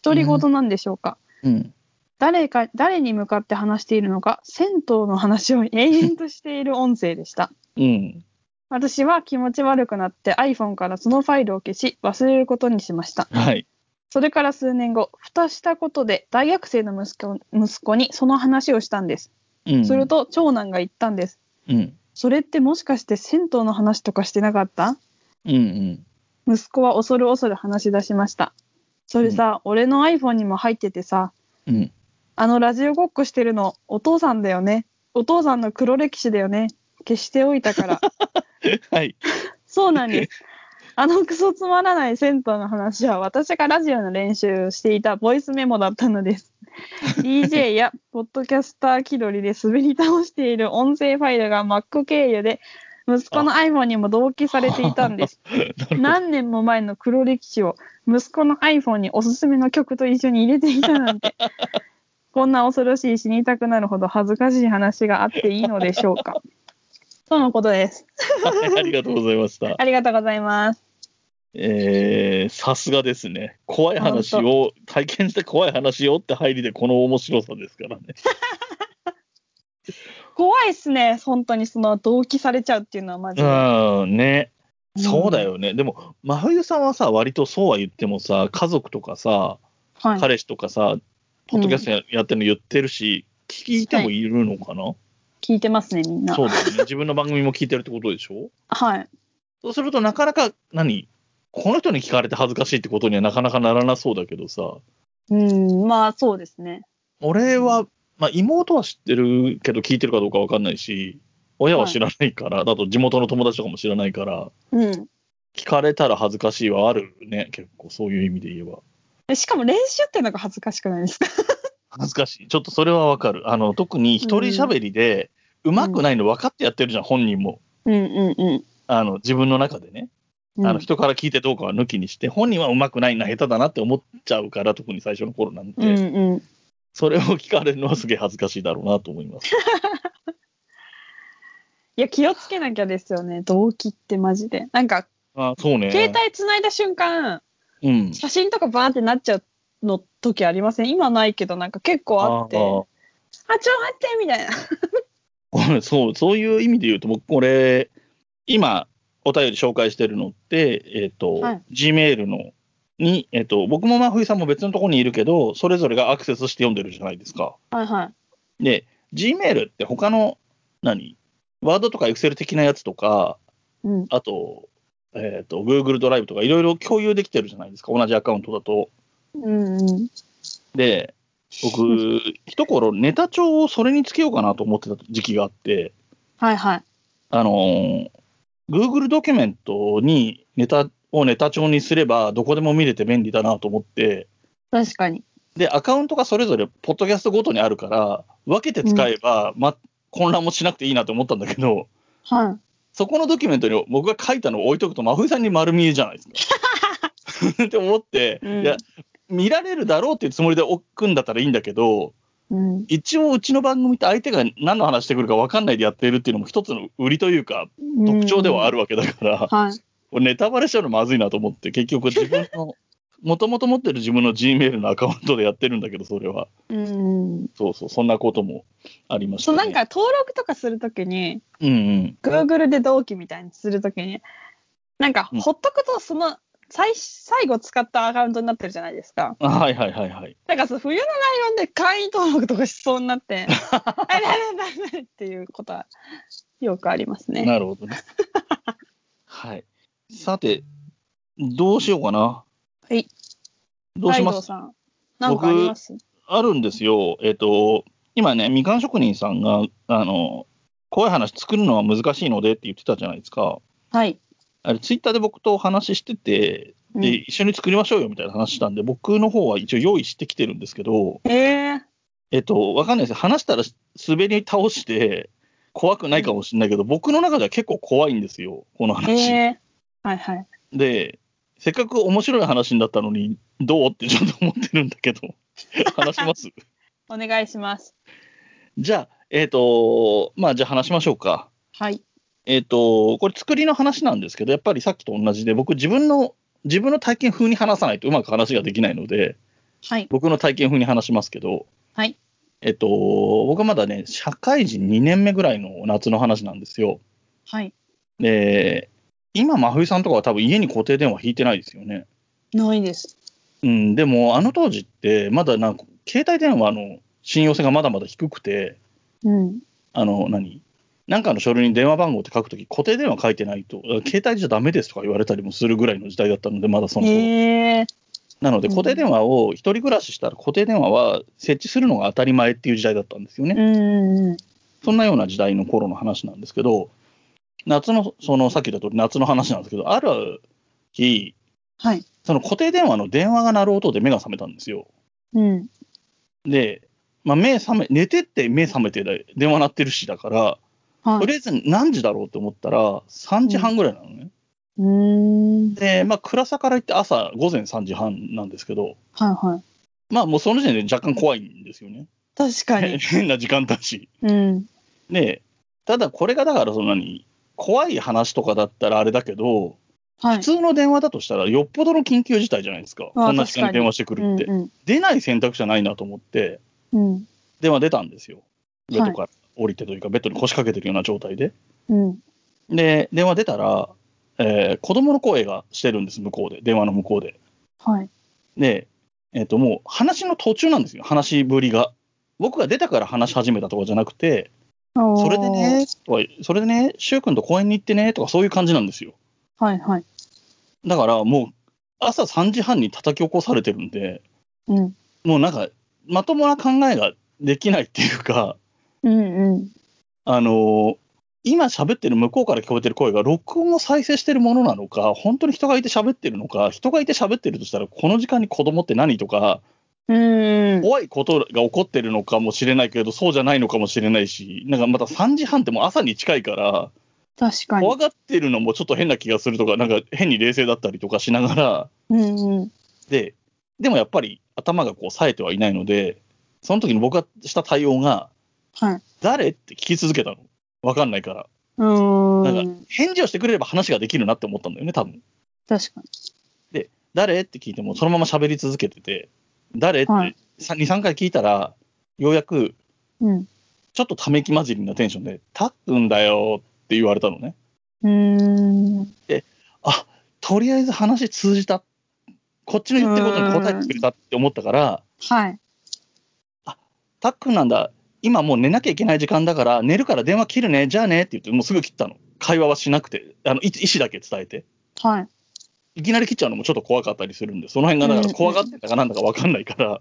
[SPEAKER 3] 独り言なんでしょうか、
[SPEAKER 2] うん。
[SPEAKER 3] 誰か誰に向かって話しているのか銭湯の話を延々としている音声でした
[SPEAKER 2] うん。
[SPEAKER 3] 私は気持ち悪くなって iPhone からそのファイルを消し忘れることにしました
[SPEAKER 2] はい。
[SPEAKER 3] それから数年後蓋したことで大学生の息子息子にその話をしたんです
[SPEAKER 2] うん。
[SPEAKER 3] する、と長男が言ったんです
[SPEAKER 2] うん。
[SPEAKER 3] それってもしかして銭湯の話とかしてなかった
[SPEAKER 2] うん。うん。
[SPEAKER 3] 息子は恐る恐る話し出しました。それさ、俺の iPhone にも入っててさ、
[SPEAKER 2] うん。
[SPEAKER 3] あのラジオごっこしてるのお父さんだよね。お父さんの黒歴史だよね。消しておいたから。
[SPEAKER 2] はい。
[SPEAKER 3] そうなんです。あのクソつまらない銭湯の話は私がラジオの練習をしていたボイスメモだったのです。DJ やポッドキャスター気取りで滑り倒している音声ファイルが Mac 経由で息子の iPhone にも同期されていたんです。何年も前の黒歴史を息子の iPhone におすすめの曲と一緒に入れていたなんて。こんな恐ろしい死にたくなるほど恥ずかしい話があっていいのでしょうか。とのことです。
[SPEAKER 2] はいありがとうございました。
[SPEAKER 3] ありがとうございます。
[SPEAKER 2] えー、さすがですね。怖い話を、体験して怖い話をって入りで、この面白さですから ね。
[SPEAKER 3] 怖いっすね、本当にその同期されちゃうっていうのはマジで。
[SPEAKER 2] うん、ね。そうだよね。でも、真冬さんはさ、割とそうは言ってもさ、家族とかさ、
[SPEAKER 3] はい、
[SPEAKER 2] 彼氏とかさ、ポッドキャストややってるの言ってるし、聞いてもいるのかな、
[SPEAKER 3] 聞いてますね、みんな。
[SPEAKER 2] そうだよね。自分の番組も聞いてるってことでしょ
[SPEAKER 3] はい。
[SPEAKER 2] そうすると、なかなか、何この人に聞かれて恥ずかしいってことにはなかなかならなそうだけどさ、
[SPEAKER 3] うん、まあそうですね。
[SPEAKER 2] 俺は、まあ、妹は知ってるけど、聞いてるかどうかわかんないし、親は知らないから、だと地元の友達とかも知らないから、
[SPEAKER 3] うん。
[SPEAKER 2] 聞かれたら恥ずかしいはあるね、結構、そういう意味で言えば。
[SPEAKER 3] えしかも練習ってのが恥ずかしくないですか
[SPEAKER 2] 恥ずかしい。ちょっとそれはわかる。あの、特に一人喋りで、うまくないの分かってやってるじゃん、本人も。
[SPEAKER 3] うんうんうん
[SPEAKER 2] あの、自分の中でね。
[SPEAKER 3] うん。
[SPEAKER 2] あの、人から聞いてどうかは抜きにして、本人はうまくないな、下手だなって思っちゃうから、特に最初の頃なん
[SPEAKER 3] うん
[SPEAKER 2] で、
[SPEAKER 3] うん。
[SPEAKER 2] それを聞かれるのはすげえ恥ずかしいだろうなと思います。
[SPEAKER 3] いや、気をつけなきゃですよね、同期ってマジで。なんか、
[SPEAKER 2] あそうね。
[SPEAKER 3] 携帯繋いだ瞬間、
[SPEAKER 2] うん。
[SPEAKER 3] 写真とかバーってなっちゃうの時ありません今ないけど、なんか結構あって、あ
[SPEAKER 2] ー
[SPEAKER 3] ちょ、待ってみたいな。
[SPEAKER 2] これそう、そういう意味で言うと、僕、これ、今、お便り紹介してるのって、えっ、と、
[SPEAKER 3] はい
[SPEAKER 2] Gmail のに、えっと、僕も真冬さんも別のところにいるけど、それぞれがアクセスして読んでるじゃないですか。
[SPEAKER 3] はいはい。
[SPEAKER 2] で、Gmail って他の、何ワードとか Excel 的なやつとか、
[SPEAKER 3] うん。
[SPEAKER 2] あと、えっ、と、Google ドライブとかいろいろ共有できてるじゃないですか、同じアカウントだと。
[SPEAKER 3] うんうん。
[SPEAKER 2] で、僕、一頃ネタ帳をそれにつけようかなと思ってた時期があって、
[SPEAKER 3] はいはい。
[SPEAKER 2] あのー Google ドキュメントにネタをネタ帳にすれば、どこでも見れて便利だなと思って、
[SPEAKER 3] 確かに。
[SPEAKER 2] で、アカウントがそれぞれ、ポッドキャストごとにあるから、分けて使えば、ま、混乱もしなくていいなと思ったんだけど、
[SPEAKER 3] は
[SPEAKER 2] そこのドキュメントに僕が書いたのを置いとくと、真冬さんに丸見えじゃないです か。って思って、
[SPEAKER 3] うん
[SPEAKER 2] いや、見られるだろうっていうつもりで置くんだったらいいんだけど、
[SPEAKER 3] い。うん。
[SPEAKER 2] 一応うちの番組って相手が何の話してくるか分かんないでやってるっていうのも一つの売りというか、特徴ではあ
[SPEAKER 3] る。
[SPEAKER 2] るわけだ から、
[SPEAKER 3] はい。
[SPEAKER 2] 俺ネタバレしちゃうのまずいなと思って、結局自分の、 もともと持ってる自分の Gmail のアカウントでやってるんだけど、それは。
[SPEAKER 3] うん。
[SPEAKER 2] そうそう、そんなこともありました、
[SPEAKER 3] そう、
[SPEAKER 2] ね。
[SPEAKER 3] なんか登録とかするときに、
[SPEAKER 2] うんうん。
[SPEAKER 3] Google で同期みたいにするときに、なんか、
[SPEAKER 2] うん
[SPEAKER 3] ほっとくと、その、最、最後使ったアカウントになってるじゃないですか。
[SPEAKER 2] あはいはいはいはい。
[SPEAKER 3] だから、そう、冬のライオンで会員登録とかしそうになって、あれあれあれあれっていうことは、よくありますね。
[SPEAKER 2] なるほどね。はい。さて、どうしようかな。
[SPEAKER 3] はい。
[SPEAKER 2] どうし
[SPEAKER 3] ライ
[SPEAKER 2] ま
[SPEAKER 3] ドウ
[SPEAKER 2] す
[SPEAKER 3] さん。なんかあります
[SPEAKER 2] あるんですよ。えっ、と、今ね、みかん職人さんが、あの、怖い話作るのは難しいのでって言ってたじゃないですか。
[SPEAKER 3] はい。
[SPEAKER 2] あれ、ツイッターで僕とお話ししてて、
[SPEAKER 3] うん
[SPEAKER 2] で、一緒に作りましょうよみたいな話したんで、僕の方は一応用意してきてるんですけど、
[SPEAKER 3] ええ
[SPEAKER 2] えっ、と、わかんないです話したら滑り倒して、怖くないかもしれないけど、僕の中では結構怖いんですよ、この
[SPEAKER 3] え
[SPEAKER 2] 話。
[SPEAKER 3] えはいはい。
[SPEAKER 2] で、せっかく面白い話になったのに、どうってちょっと思ってるんだ けど、話します
[SPEAKER 3] お願いします。
[SPEAKER 2] じゃあ、えっ、と、まあ、じゃあ話しましょうか。
[SPEAKER 3] はい。
[SPEAKER 2] えっ、と、これ作りの話なんですけど、やっぱりさっきと同じで、僕自分の、自分の体験風に話さないとうまく話ができないので、
[SPEAKER 3] はい。
[SPEAKER 2] 僕の体験風に話しますけど、
[SPEAKER 3] はい。
[SPEAKER 2] えっ、と、僕はまだね、社会人2年目ぐらいの夏の話なんですよ。
[SPEAKER 3] はい。
[SPEAKER 2] で、今、真冬さんとかは多分家に固定電話引いてないですよね。
[SPEAKER 3] ないです。
[SPEAKER 2] うん、でも、あの当時って、まだなんか、携帯電話の信用性がまだまだ低くて、
[SPEAKER 3] うん。
[SPEAKER 2] あの、何なんかの書類に電話番号って書くとき、固定電話書いてないと、携帯じゃダメですとか言われたりもするぐらいの時代だったので、まだその頃、
[SPEAKER 3] ええ
[SPEAKER 2] なので、
[SPEAKER 3] うん
[SPEAKER 2] 固定電話を一人暮らししたら固定電話は設置するのが当たり前っていう時代だったんですよね。
[SPEAKER 3] うん。
[SPEAKER 2] そんなような時代の頃の話なんですけど、夏の、その、さっき言った通り夏の話なんですけど、ある日、
[SPEAKER 3] はい。
[SPEAKER 2] その固定電話の電話が鳴る音で目が覚めたんですよ。
[SPEAKER 3] うん。
[SPEAKER 2] で、まあ、目覚め、寝てって目覚めてで電話鳴ってるしだから、
[SPEAKER 3] は
[SPEAKER 2] と
[SPEAKER 3] い。
[SPEAKER 2] りあえず何時だろうと思ったら、3時半ぐらいなのね。
[SPEAKER 3] うーん。
[SPEAKER 2] で、まあ、暗さから言って朝午前3時半なんですけど、
[SPEAKER 3] はいはい。
[SPEAKER 2] まあ、もうその時点で若干怖いんですよね。
[SPEAKER 3] 確かに。
[SPEAKER 2] 変な時間だし。
[SPEAKER 3] うん。
[SPEAKER 2] で、ただこれがだから、そんなに、怖い話とかだったらあれだけど、
[SPEAKER 3] は
[SPEAKER 2] 普
[SPEAKER 3] い。
[SPEAKER 2] 通の電話だとしたら、よっぽどの緊急事態じゃないですか。こんな時
[SPEAKER 3] 確か
[SPEAKER 2] 間に
[SPEAKER 3] に
[SPEAKER 2] 電話してく
[SPEAKER 3] う
[SPEAKER 2] るっ
[SPEAKER 3] ん
[SPEAKER 2] て。
[SPEAKER 3] うん。
[SPEAKER 2] 出ない選択肢はないなと思って、
[SPEAKER 3] うん。
[SPEAKER 2] 電話出たんですよ。ベッ
[SPEAKER 3] は
[SPEAKER 2] ド
[SPEAKER 3] い
[SPEAKER 2] から降りてというか、ベッドに腰掛けてるような状態で。
[SPEAKER 3] うん。
[SPEAKER 2] で、電話出たら、えー子供の声がしてるんです、向こうで、電話の向こうで。
[SPEAKER 3] はい。
[SPEAKER 2] で、えっ、と、もう話の途中なんですよ、話しぶりが。僕が出たから話し始めたとかじゃなくて、そ
[SPEAKER 3] そ
[SPEAKER 2] れでね、とか、それでね、く君と公園に行ってね、とか、そういう感じなんですよ。
[SPEAKER 3] はいはい。
[SPEAKER 2] だから、もう、朝3時半に叩き起こされてるんで、
[SPEAKER 3] うん。
[SPEAKER 2] もうなんか、まともな考えができないっていうか、
[SPEAKER 3] うんうん。
[SPEAKER 2] あのー今喋ってる向こうから聞こえてる声が録音を再生してるものなのか、本当に人がいて喋ってるのか、人がいて喋ってるとしたら、この時間に子供って何とか、
[SPEAKER 3] うん。
[SPEAKER 2] 怖いことが起こってるのかもしれないけど、そうじゃないのかもしれないし、なんかまた3時半ってもう朝に近いから、
[SPEAKER 3] 確かに
[SPEAKER 2] 怖。がってるのもちょっと変な気がするとか、なんか変に冷静だったりとかしながら、
[SPEAKER 3] うんうん。
[SPEAKER 2] で、でもやっぱり頭がこう冴えてはいないので、その時に僕がした対応が、
[SPEAKER 3] はい。
[SPEAKER 2] 誰って聞き続けたの。わかんないから。
[SPEAKER 3] う
[SPEAKER 2] な
[SPEAKER 3] ー
[SPEAKER 2] ん
[SPEAKER 3] ん
[SPEAKER 2] か。返事をしてくれれば話ができるなって思ったんだよね、多分
[SPEAKER 3] 確かに。
[SPEAKER 2] 誰って聞いても、そのまま喋り続けてて、誰って
[SPEAKER 3] はい
[SPEAKER 2] 2、3回聞いたら、ようやく
[SPEAKER 3] うん。
[SPEAKER 2] ちょっとため息混じりなテンションで、たっくんだよって言われたのね。
[SPEAKER 3] うーん。
[SPEAKER 2] とりあえず話通じた。こっちの言ってることに答えてくれたって思ったから、
[SPEAKER 3] はい。
[SPEAKER 2] たっくんなんだ、今もう寝なきゃいけない時間だから、寝るから電話切るね、じゃあねって言って、もうすぐ切ったの。会話はしなくて、あの、い意思だけ伝えて。
[SPEAKER 3] はい。
[SPEAKER 2] いきなり切っちゃうのもちょっと怖かったりするんで、その辺がだから怖がってたかなんだか分かんないから、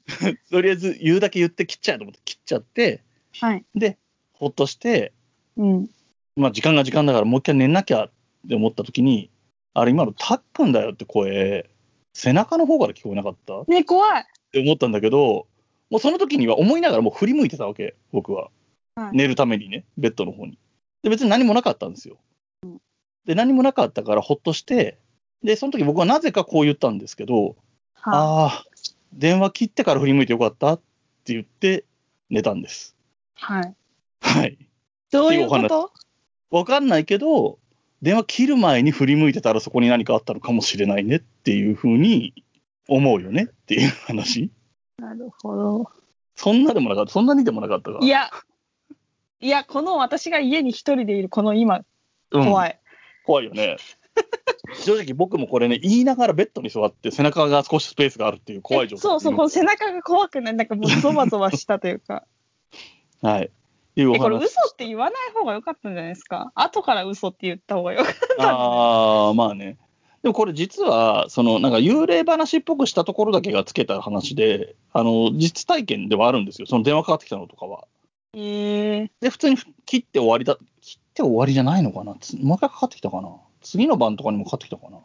[SPEAKER 2] とりあえず言うだけ言って切っちゃえと思って切っちゃって、
[SPEAKER 3] はい。
[SPEAKER 2] で、ほっとして、
[SPEAKER 3] うん。
[SPEAKER 2] まあ時間が時間だからもう一回寝なきゃって思った時に、あれ今のたっくんだよって声、背中の方から聞こえなかったっ
[SPEAKER 3] ね、怖い。
[SPEAKER 2] て思ったんだけど、もうその時には思いながらもう振り向いてたわけ、僕は。
[SPEAKER 3] はい
[SPEAKER 2] 寝るためにね、ベッドの方に。で、別に何もなかったんですよ
[SPEAKER 3] うん。
[SPEAKER 2] で、何もなかったからほっとして、で、その時僕はなぜかこう言ったんですけど、
[SPEAKER 3] は
[SPEAKER 2] ああ、電話切ってから振り向いてよかったって言って寝たんです。
[SPEAKER 3] い。はい。
[SPEAKER 2] はい。
[SPEAKER 3] どういうこと
[SPEAKER 2] わかんないけど、電話切る前に振り向いてたらそこに何かあったのかもしれないねっていうふうに思うよねっていう話。
[SPEAKER 3] なるほど。
[SPEAKER 2] そんなでもなかった。そんなにでもなかったから。
[SPEAKER 3] いや、いや、この私が家に一人でいるこの今、
[SPEAKER 2] うん
[SPEAKER 3] 怖い。
[SPEAKER 2] 怖い よね。正直僕もこれね、言いながらベッドに座って背中が少しスペースがあるっていう怖い状態。
[SPEAKER 3] そうそう、この背中が怖くない。なんかもうゾワゾワしたというか。
[SPEAKER 2] はい。いう お
[SPEAKER 3] え、これ
[SPEAKER 2] 話。
[SPEAKER 3] 嘘って言わない方が良かったんじゃないですか後から嘘って言った方がよかった。
[SPEAKER 2] ああ、まあね。でもこれ実は、そのなんか幽霊話っぽくしたところだけがつけた話で、あの、実体験ではあるんですよ。その電話かかってきたのとかは。
[SPEAKER 3] ええ
[SPEAKER 2] で、普通に切って終わりだ、切って終わりじゃないのかな。つもう一回かかってきたかな。次の晩とかにもかかってきたかな。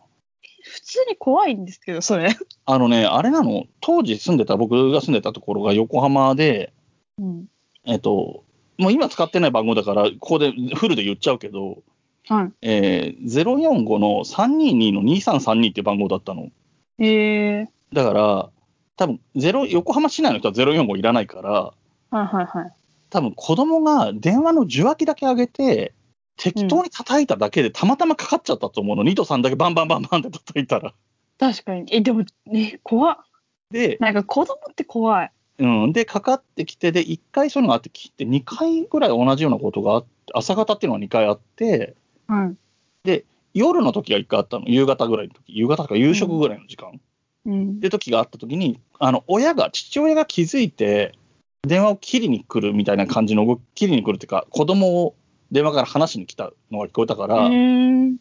[SPEAKER 3] 普通に怖いんですけど、それ。
[SPEAKER 2] あのね、あれなの、当時住んでた、僕が住んでたところが横浜で、
[SPEAKER 3] うん。
[SPEAKER 2] えっと、もう今使ってない番号だから、ここでフルで言っちゃうけど、
[SPEAKER 3] は
[SPEAKER 2] えー、045の322の2332っていう番号だったの。
[SPEAKER 3] い。ええ
[SPEAKER 2] だから、多分ゼロ横浜市内の人は045いらないから、
[SPEAKER 3] はいはいはい。
[SPEAKER 2] 多分子供が電話の受話器だけ上げて、適当に叩いただけで、たまたまかかっちゃったと思うの、2と3だけバンバンバンバンって叩いたら。
[SPEAKER 3] 確かに。え、でも、ね、怖っ
[SPEAKER 2] で、
[SPEAKER 3] なんか子供って怖い。
[SPEAKER 2] うん、で、かかってきて、で、1回そういうのがあって、切って、2回ぐらい同じようなことがあって、朝方っていうのが2回あって、
[SPEAKER 3] はい。
[SPEAKER 2] 夜の時が1回あったの、夕方ぐらいの時夕方か夕食ぐらいの時間、
[SPEAKER 3] うん。
[SPEAKER 2] で時があった時にあの親が父親が気づいて電話を切りに来るみたいな感じの動き切りに来るっていうか子供を電話から話しに来たのが聞こえたか
[SPEAKER 3] う
[SPEAKER 2] ら、
[SPEAKER 3] ーん。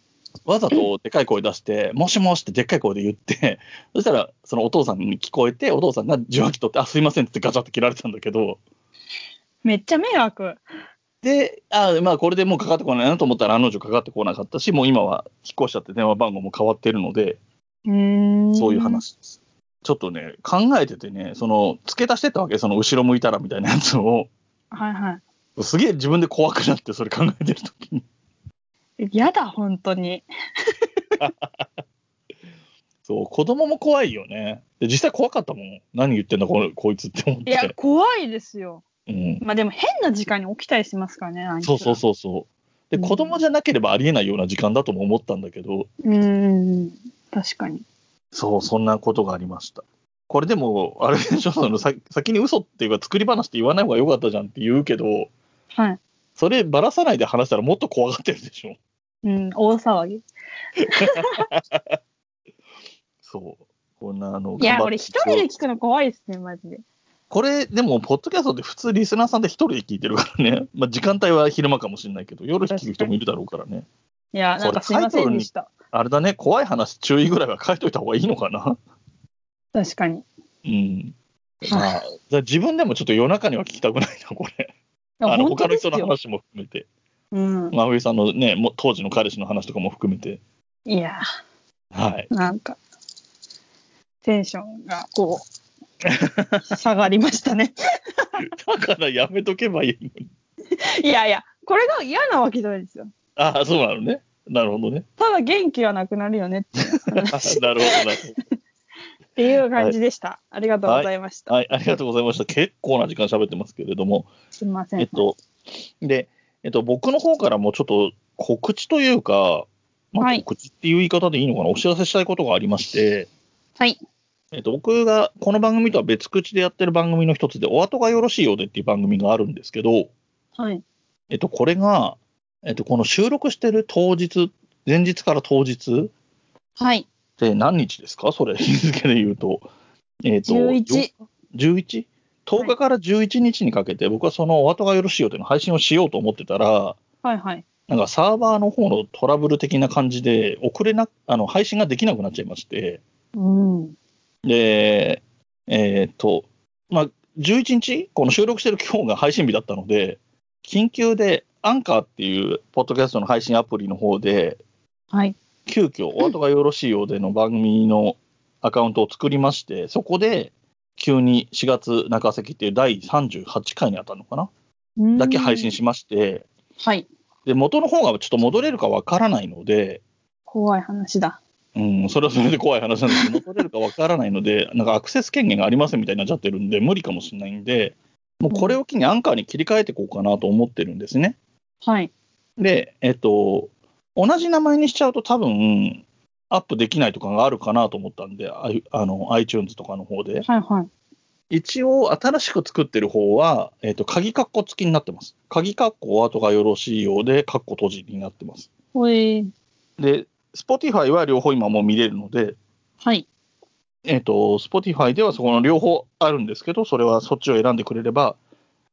[SPEAKER 2] わざとでかい声出して「もしもし」ってでっかい声で言って そしたらそのお父さんに聞こえてお父さんが受話器取って「あすいません」ってガチャって切られたんだけど
[SPEAKER 3] めっちゃ迷惑。
[SPEAKER 2] であまあこれでもうかかってこないなと思ったら案の定かかってこなかったしもう今は引っ越しちゃって電話番号も変わってるので
[SPEAKER 3] うーん。
[SPEAKER 2] そういう。話です。ちょっとね、考えててね、その、付け足してったわけ、その後ろ向いたらみたいなやつを、
[SPEAKER 3] はいはい。
[SPEAKER 2] すげえ自分で怖くなって、それ考えてるときに。
[SPEAKER 3] えやだ、本当に。
[SPEAKER 2] そう、子供も怖いよね。で、実際怖かったもん。何言ってんだ、このこいつって思っ
[SPEAKER 3] いや、
[SPEAKER 2] て。
[SPEAKER 3] 怖いですよ。
[SPEAKER 2] うん。
[SPEAKER 3] まあでも変な時間に起きたりしますからね、あいつ
[SPEAKER 2] そう
[SPEAKER 3] ら
[SPEAKER 2] そうそうそう。で、
[SPEAKER 3] うん
[SPEAKER 2] 子供じゃなければありえないような時間だとも思ったんだけど、
[SPEAKER 3] うーん。確かに。
[SPEAKER 2] そう、そんなことがありました。これでも、あれでしょ、そのさ先に嘘っていうか、作り話って言わない方が良かったじゃんって言うけど、
[SPEAKER 3] はい。
[SPEAKER 2] そればらさないで話したらもっと怖がってるでしょ。
[SPEAKER 3] うん、大騒ぎ。
[SPEAKER 2] そう。こんなあの、
[SPEAKER 3] いや、
[SPEAKER 2] 頑張っ
[SPEAKER 3] 俺一人で聞くの怖いですね、マジで。
[SPEAKER 2] これ、でも、ポッドキャストって普通リスナーさんで一人で聞いてるからね。 まあ、時間帯は昼間かもしれないけど、夜聞く人もいるだろうからね。
[SPEAKER 3] いや、なんかすいませんでした。
[SPEAKER 2] あれだね、怖い話注意ぐらいは書いといた方がいいのかな。
[SPEAKER 3] 確かに。
[SPEAKER 2] うん。まあ、じゃあ自分でもちょっと夜中には聞きたくないな、これ。
[SPEAKER 3] いや
[SPEAKER 2] あの、
[SPEAKER 3] 本当
[SPEAKER 2] 他の
[SPEAKER 3] です
[SPEAKER 2] 人の
[SPEAKER 3] よ。
[SPEAKER 2] 話も含めて。
[SPEAKER 3] うん。
[SPEAKER 2] 真冬さんのね、もう当時の彼氏の話とかも含めて。
[SPEAKER 3] いや、
[SPEAKER 2] はい。
[SPEAKER 3] なんか、テンションがこ う、下がりましたね。
[SPEAKER 2] だからやめとけばいいのに。
[SPEAKER 3] いやいや、これが嫌なわけじゃないですよ。
[SPEAKER 2] ああ、そうなのね。なるほどね。
[SPEAKER 3] ただ元気はなくなるよねっていう
[SPEAKER 2] なる
[SPEAKER 3] 話
[SPEAKER 2] ほど、なるほど。
[SPEAKER 3] っていう感じでした。ありがとうございました。
[SPEAKER 2] はい、ありがとうございました。結構な時間喋ってますけれども、
[SPEAKER 3] すいません。
[SPEAKER 2] えっと、で、えっと、僕の方からもちょっと告知というか、ま
[SPEAKER 3] は
[SPEAKER 2] あ、
[SPEAKER 3] い
[SPEAKER 2] 告知っていう言い方でいいのかな、お知らせしたいことがありまして、
[SPEAKER 3] はい。
[SPEAKER 2] えっと、僕がこの番組とは別口でやってる番組の一つで、お後がよろしいようでっていう番組があるんですけど、
[SPEAKER 3] はい。
[SPEAKER 2] えっと、これが、えっと、この収録してる当日、前日から当日
[SPEAKER 3] はい。
[SPEAKER 2] で、何日ですかそれ、日付で言うと。えっ、と、
[SPEAKER 3] 11。
[SPEAKER 2] 11?10 日から11日にかけて、僕はそのお後がよろしいよというの配信をしようと思ってたら、
[SPEAKER 3] はいはい。
[SPEAKER 2] なんかサーバーの方のトラブル的な感じで、遅れな、あの、配信ができなくなっちゃいまして、
[SPEAKER 3] うん。
[SPEAKER 2] で、えーっと、まあ、11日、この収録してる今日が配信日だったので、緊急で、アンカーっていう、ポッドキャストの配信アプリの方で、
[SPEAKER 3] はい。
[SPEAKER 2] 急遽、お後がよろしいようでの番組のアカウントを作りまして、そこで、急に4月中関っていう第38回に当たるのかなだけ配信しまして、
[SPEAKER 3] はい。
[SPEAKER 2] で、元の方がちょっと戻れるかわからないので、
[SPEAKER 3] 怖い話だ。
[SPEAKER 2] うん、それはそれで怖い話なんですけど、戻 れるかわからないので、なんかアクセス権限がありませんみたいになっちゃってるんで、無理かもしれないんで、もうこれを機にアンカーに切り替えていこうかなと思ってるんですね。
[SPEAKER 3] はい。
[SPEAKER 2] で、えっと、同じ名前にしちゃうと多分、アップできないとかがあるかなと思ったんで、ああの iTunes とかの方で。
[SPEAKER 3] はいはい。
[SPEAKER 2] 一応、新しく作ってる方は、えっと、鍵括弧付きになってます。鍵括弧はとがよろしいようで、括弧閉じになってます。
[SPEAKER 3] ほい。
[SPEAKER 2] で、Spotify は両方今もう見れるので、
[SPEAKER 3] はい。
[SPEAKER 2] えっ、と、Spotify ではそこの両方あるんですけど、それはそっちを選んでくれれば、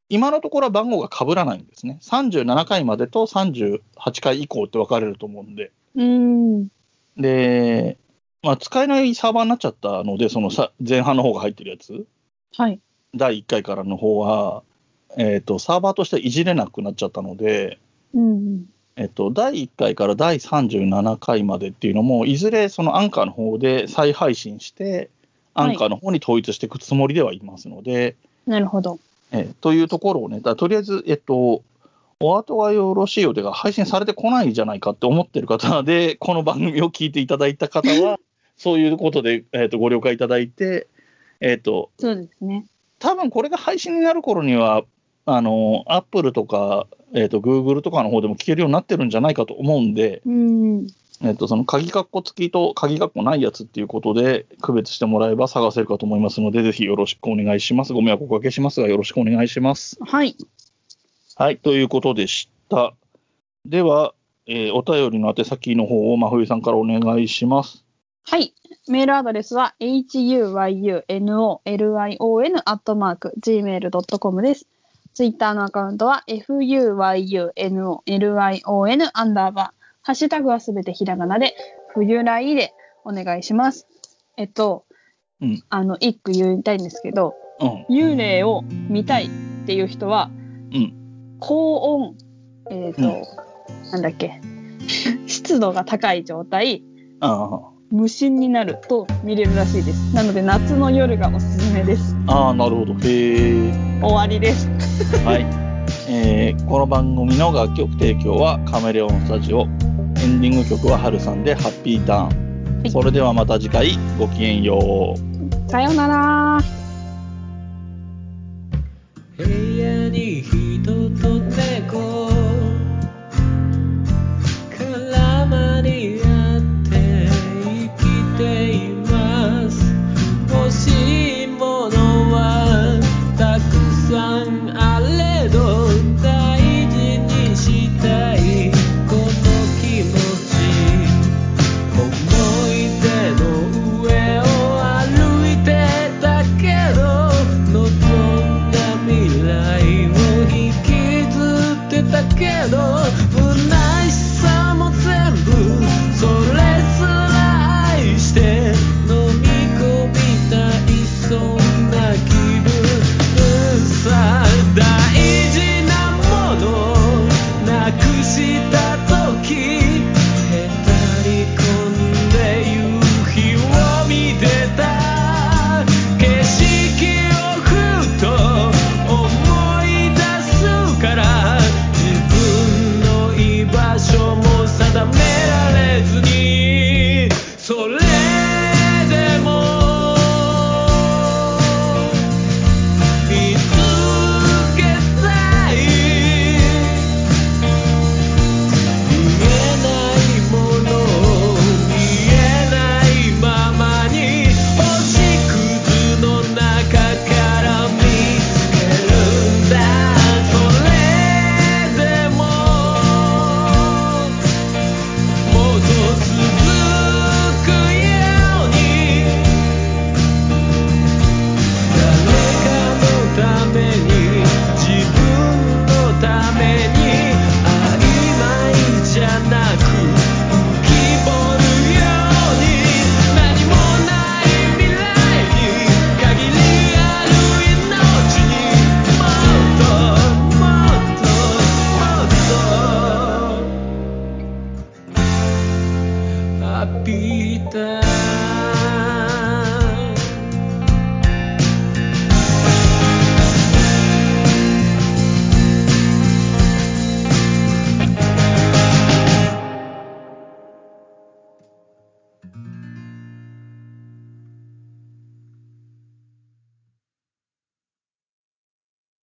[SPEAKER 2] 今のところは番号が被らないんですね。37回までと38回以降って分かれると思うんで。
[SPEAKER 3] うん。
[SPEAKER 2] で、まあ、使えないサーバーになっちゃったので、そのさ前半の方が入ってるやつ、
[SPEAKER 3] はい。
[SPEAKER 2] 第1回からの方は、えっ、と、サーバーとしていじれなくなっちゃったので、
[SPEAKER 3] うん。
[SPEAKER 2] えっと、第1回から第37回までっていうのも、いずれそのアンカーの方で再配信して、ア
[SPEAKER 3] はい
[SPEAKER 2] ンカーの方に統一していくつもりではいますので、
[SPEAKER 3] なるほど。
[SPEAKER 2] えというところをね、だとりあえず、えっと、お後がよろしいようでが配信されてこないんじゃないかって思ってる方で、 この番組を聞いていただいた方は、そういうことで、えっと、ご了解いただいて、えっと、
[SPEAKER 3] そうですね。
[SPEAKER 2] 多分これが配信になる頃には、あの、アップルとか、えっと、グーグルとかの方でも聞けるようになってるんじゃないかと思うんで、
[SPEAKER 3] うん。
[SPEAKER 2] えっと、その鍵括弧付きと鍵括弧ないやつっていうことで区別してもらえば探せるかと思いますので、ぜひよろしくお願いします。ご迷惑おかけしますが、よろしくお願いします。
[SPEAKER 3] はい。
[SPEAKER 2] はい、ということでした。では、えーお便りの宛先の方を真冬さんからお願いします。
[SPEAKER 3] はい。メールアドレスは huyunolion.gmail.com です。ツイッターのアカウントは fuyunolion アンダーバー。ハッシュタグはすべてひらがなで、冬来でお願いします。えっと、
[SPEAKER 2] うん
[SPEAKER 3] あの、一句言いたいんですけど、
[SPEAKER 2] うん。
[SPEAKER 3] 幽霊を見たいっていう人は、
[SPEAKER 2] うん。
[SPEAKER 3] 高温、えっ、と、なんだっけ、湿度が高い状態、
[SPEAKER 2] あ
[SPEAKER 3] 無心になると見れるらしいです。なので夏の夜がおすすめです。
[SPEAKER 2] あ、ああ、なるほど。へえ。
[SPEAKER 3] 終わりです。
[SPEAKER 2] はい。えーこの番組の楽曲提供はカメレオンスタジオ。エンディング曲はハルさんでハッピーターン。
[SPEAKER 3] はい
[SPEAKER 2] それではまた次回、ごきげんよう。
[SPEAKER 3] さようなら。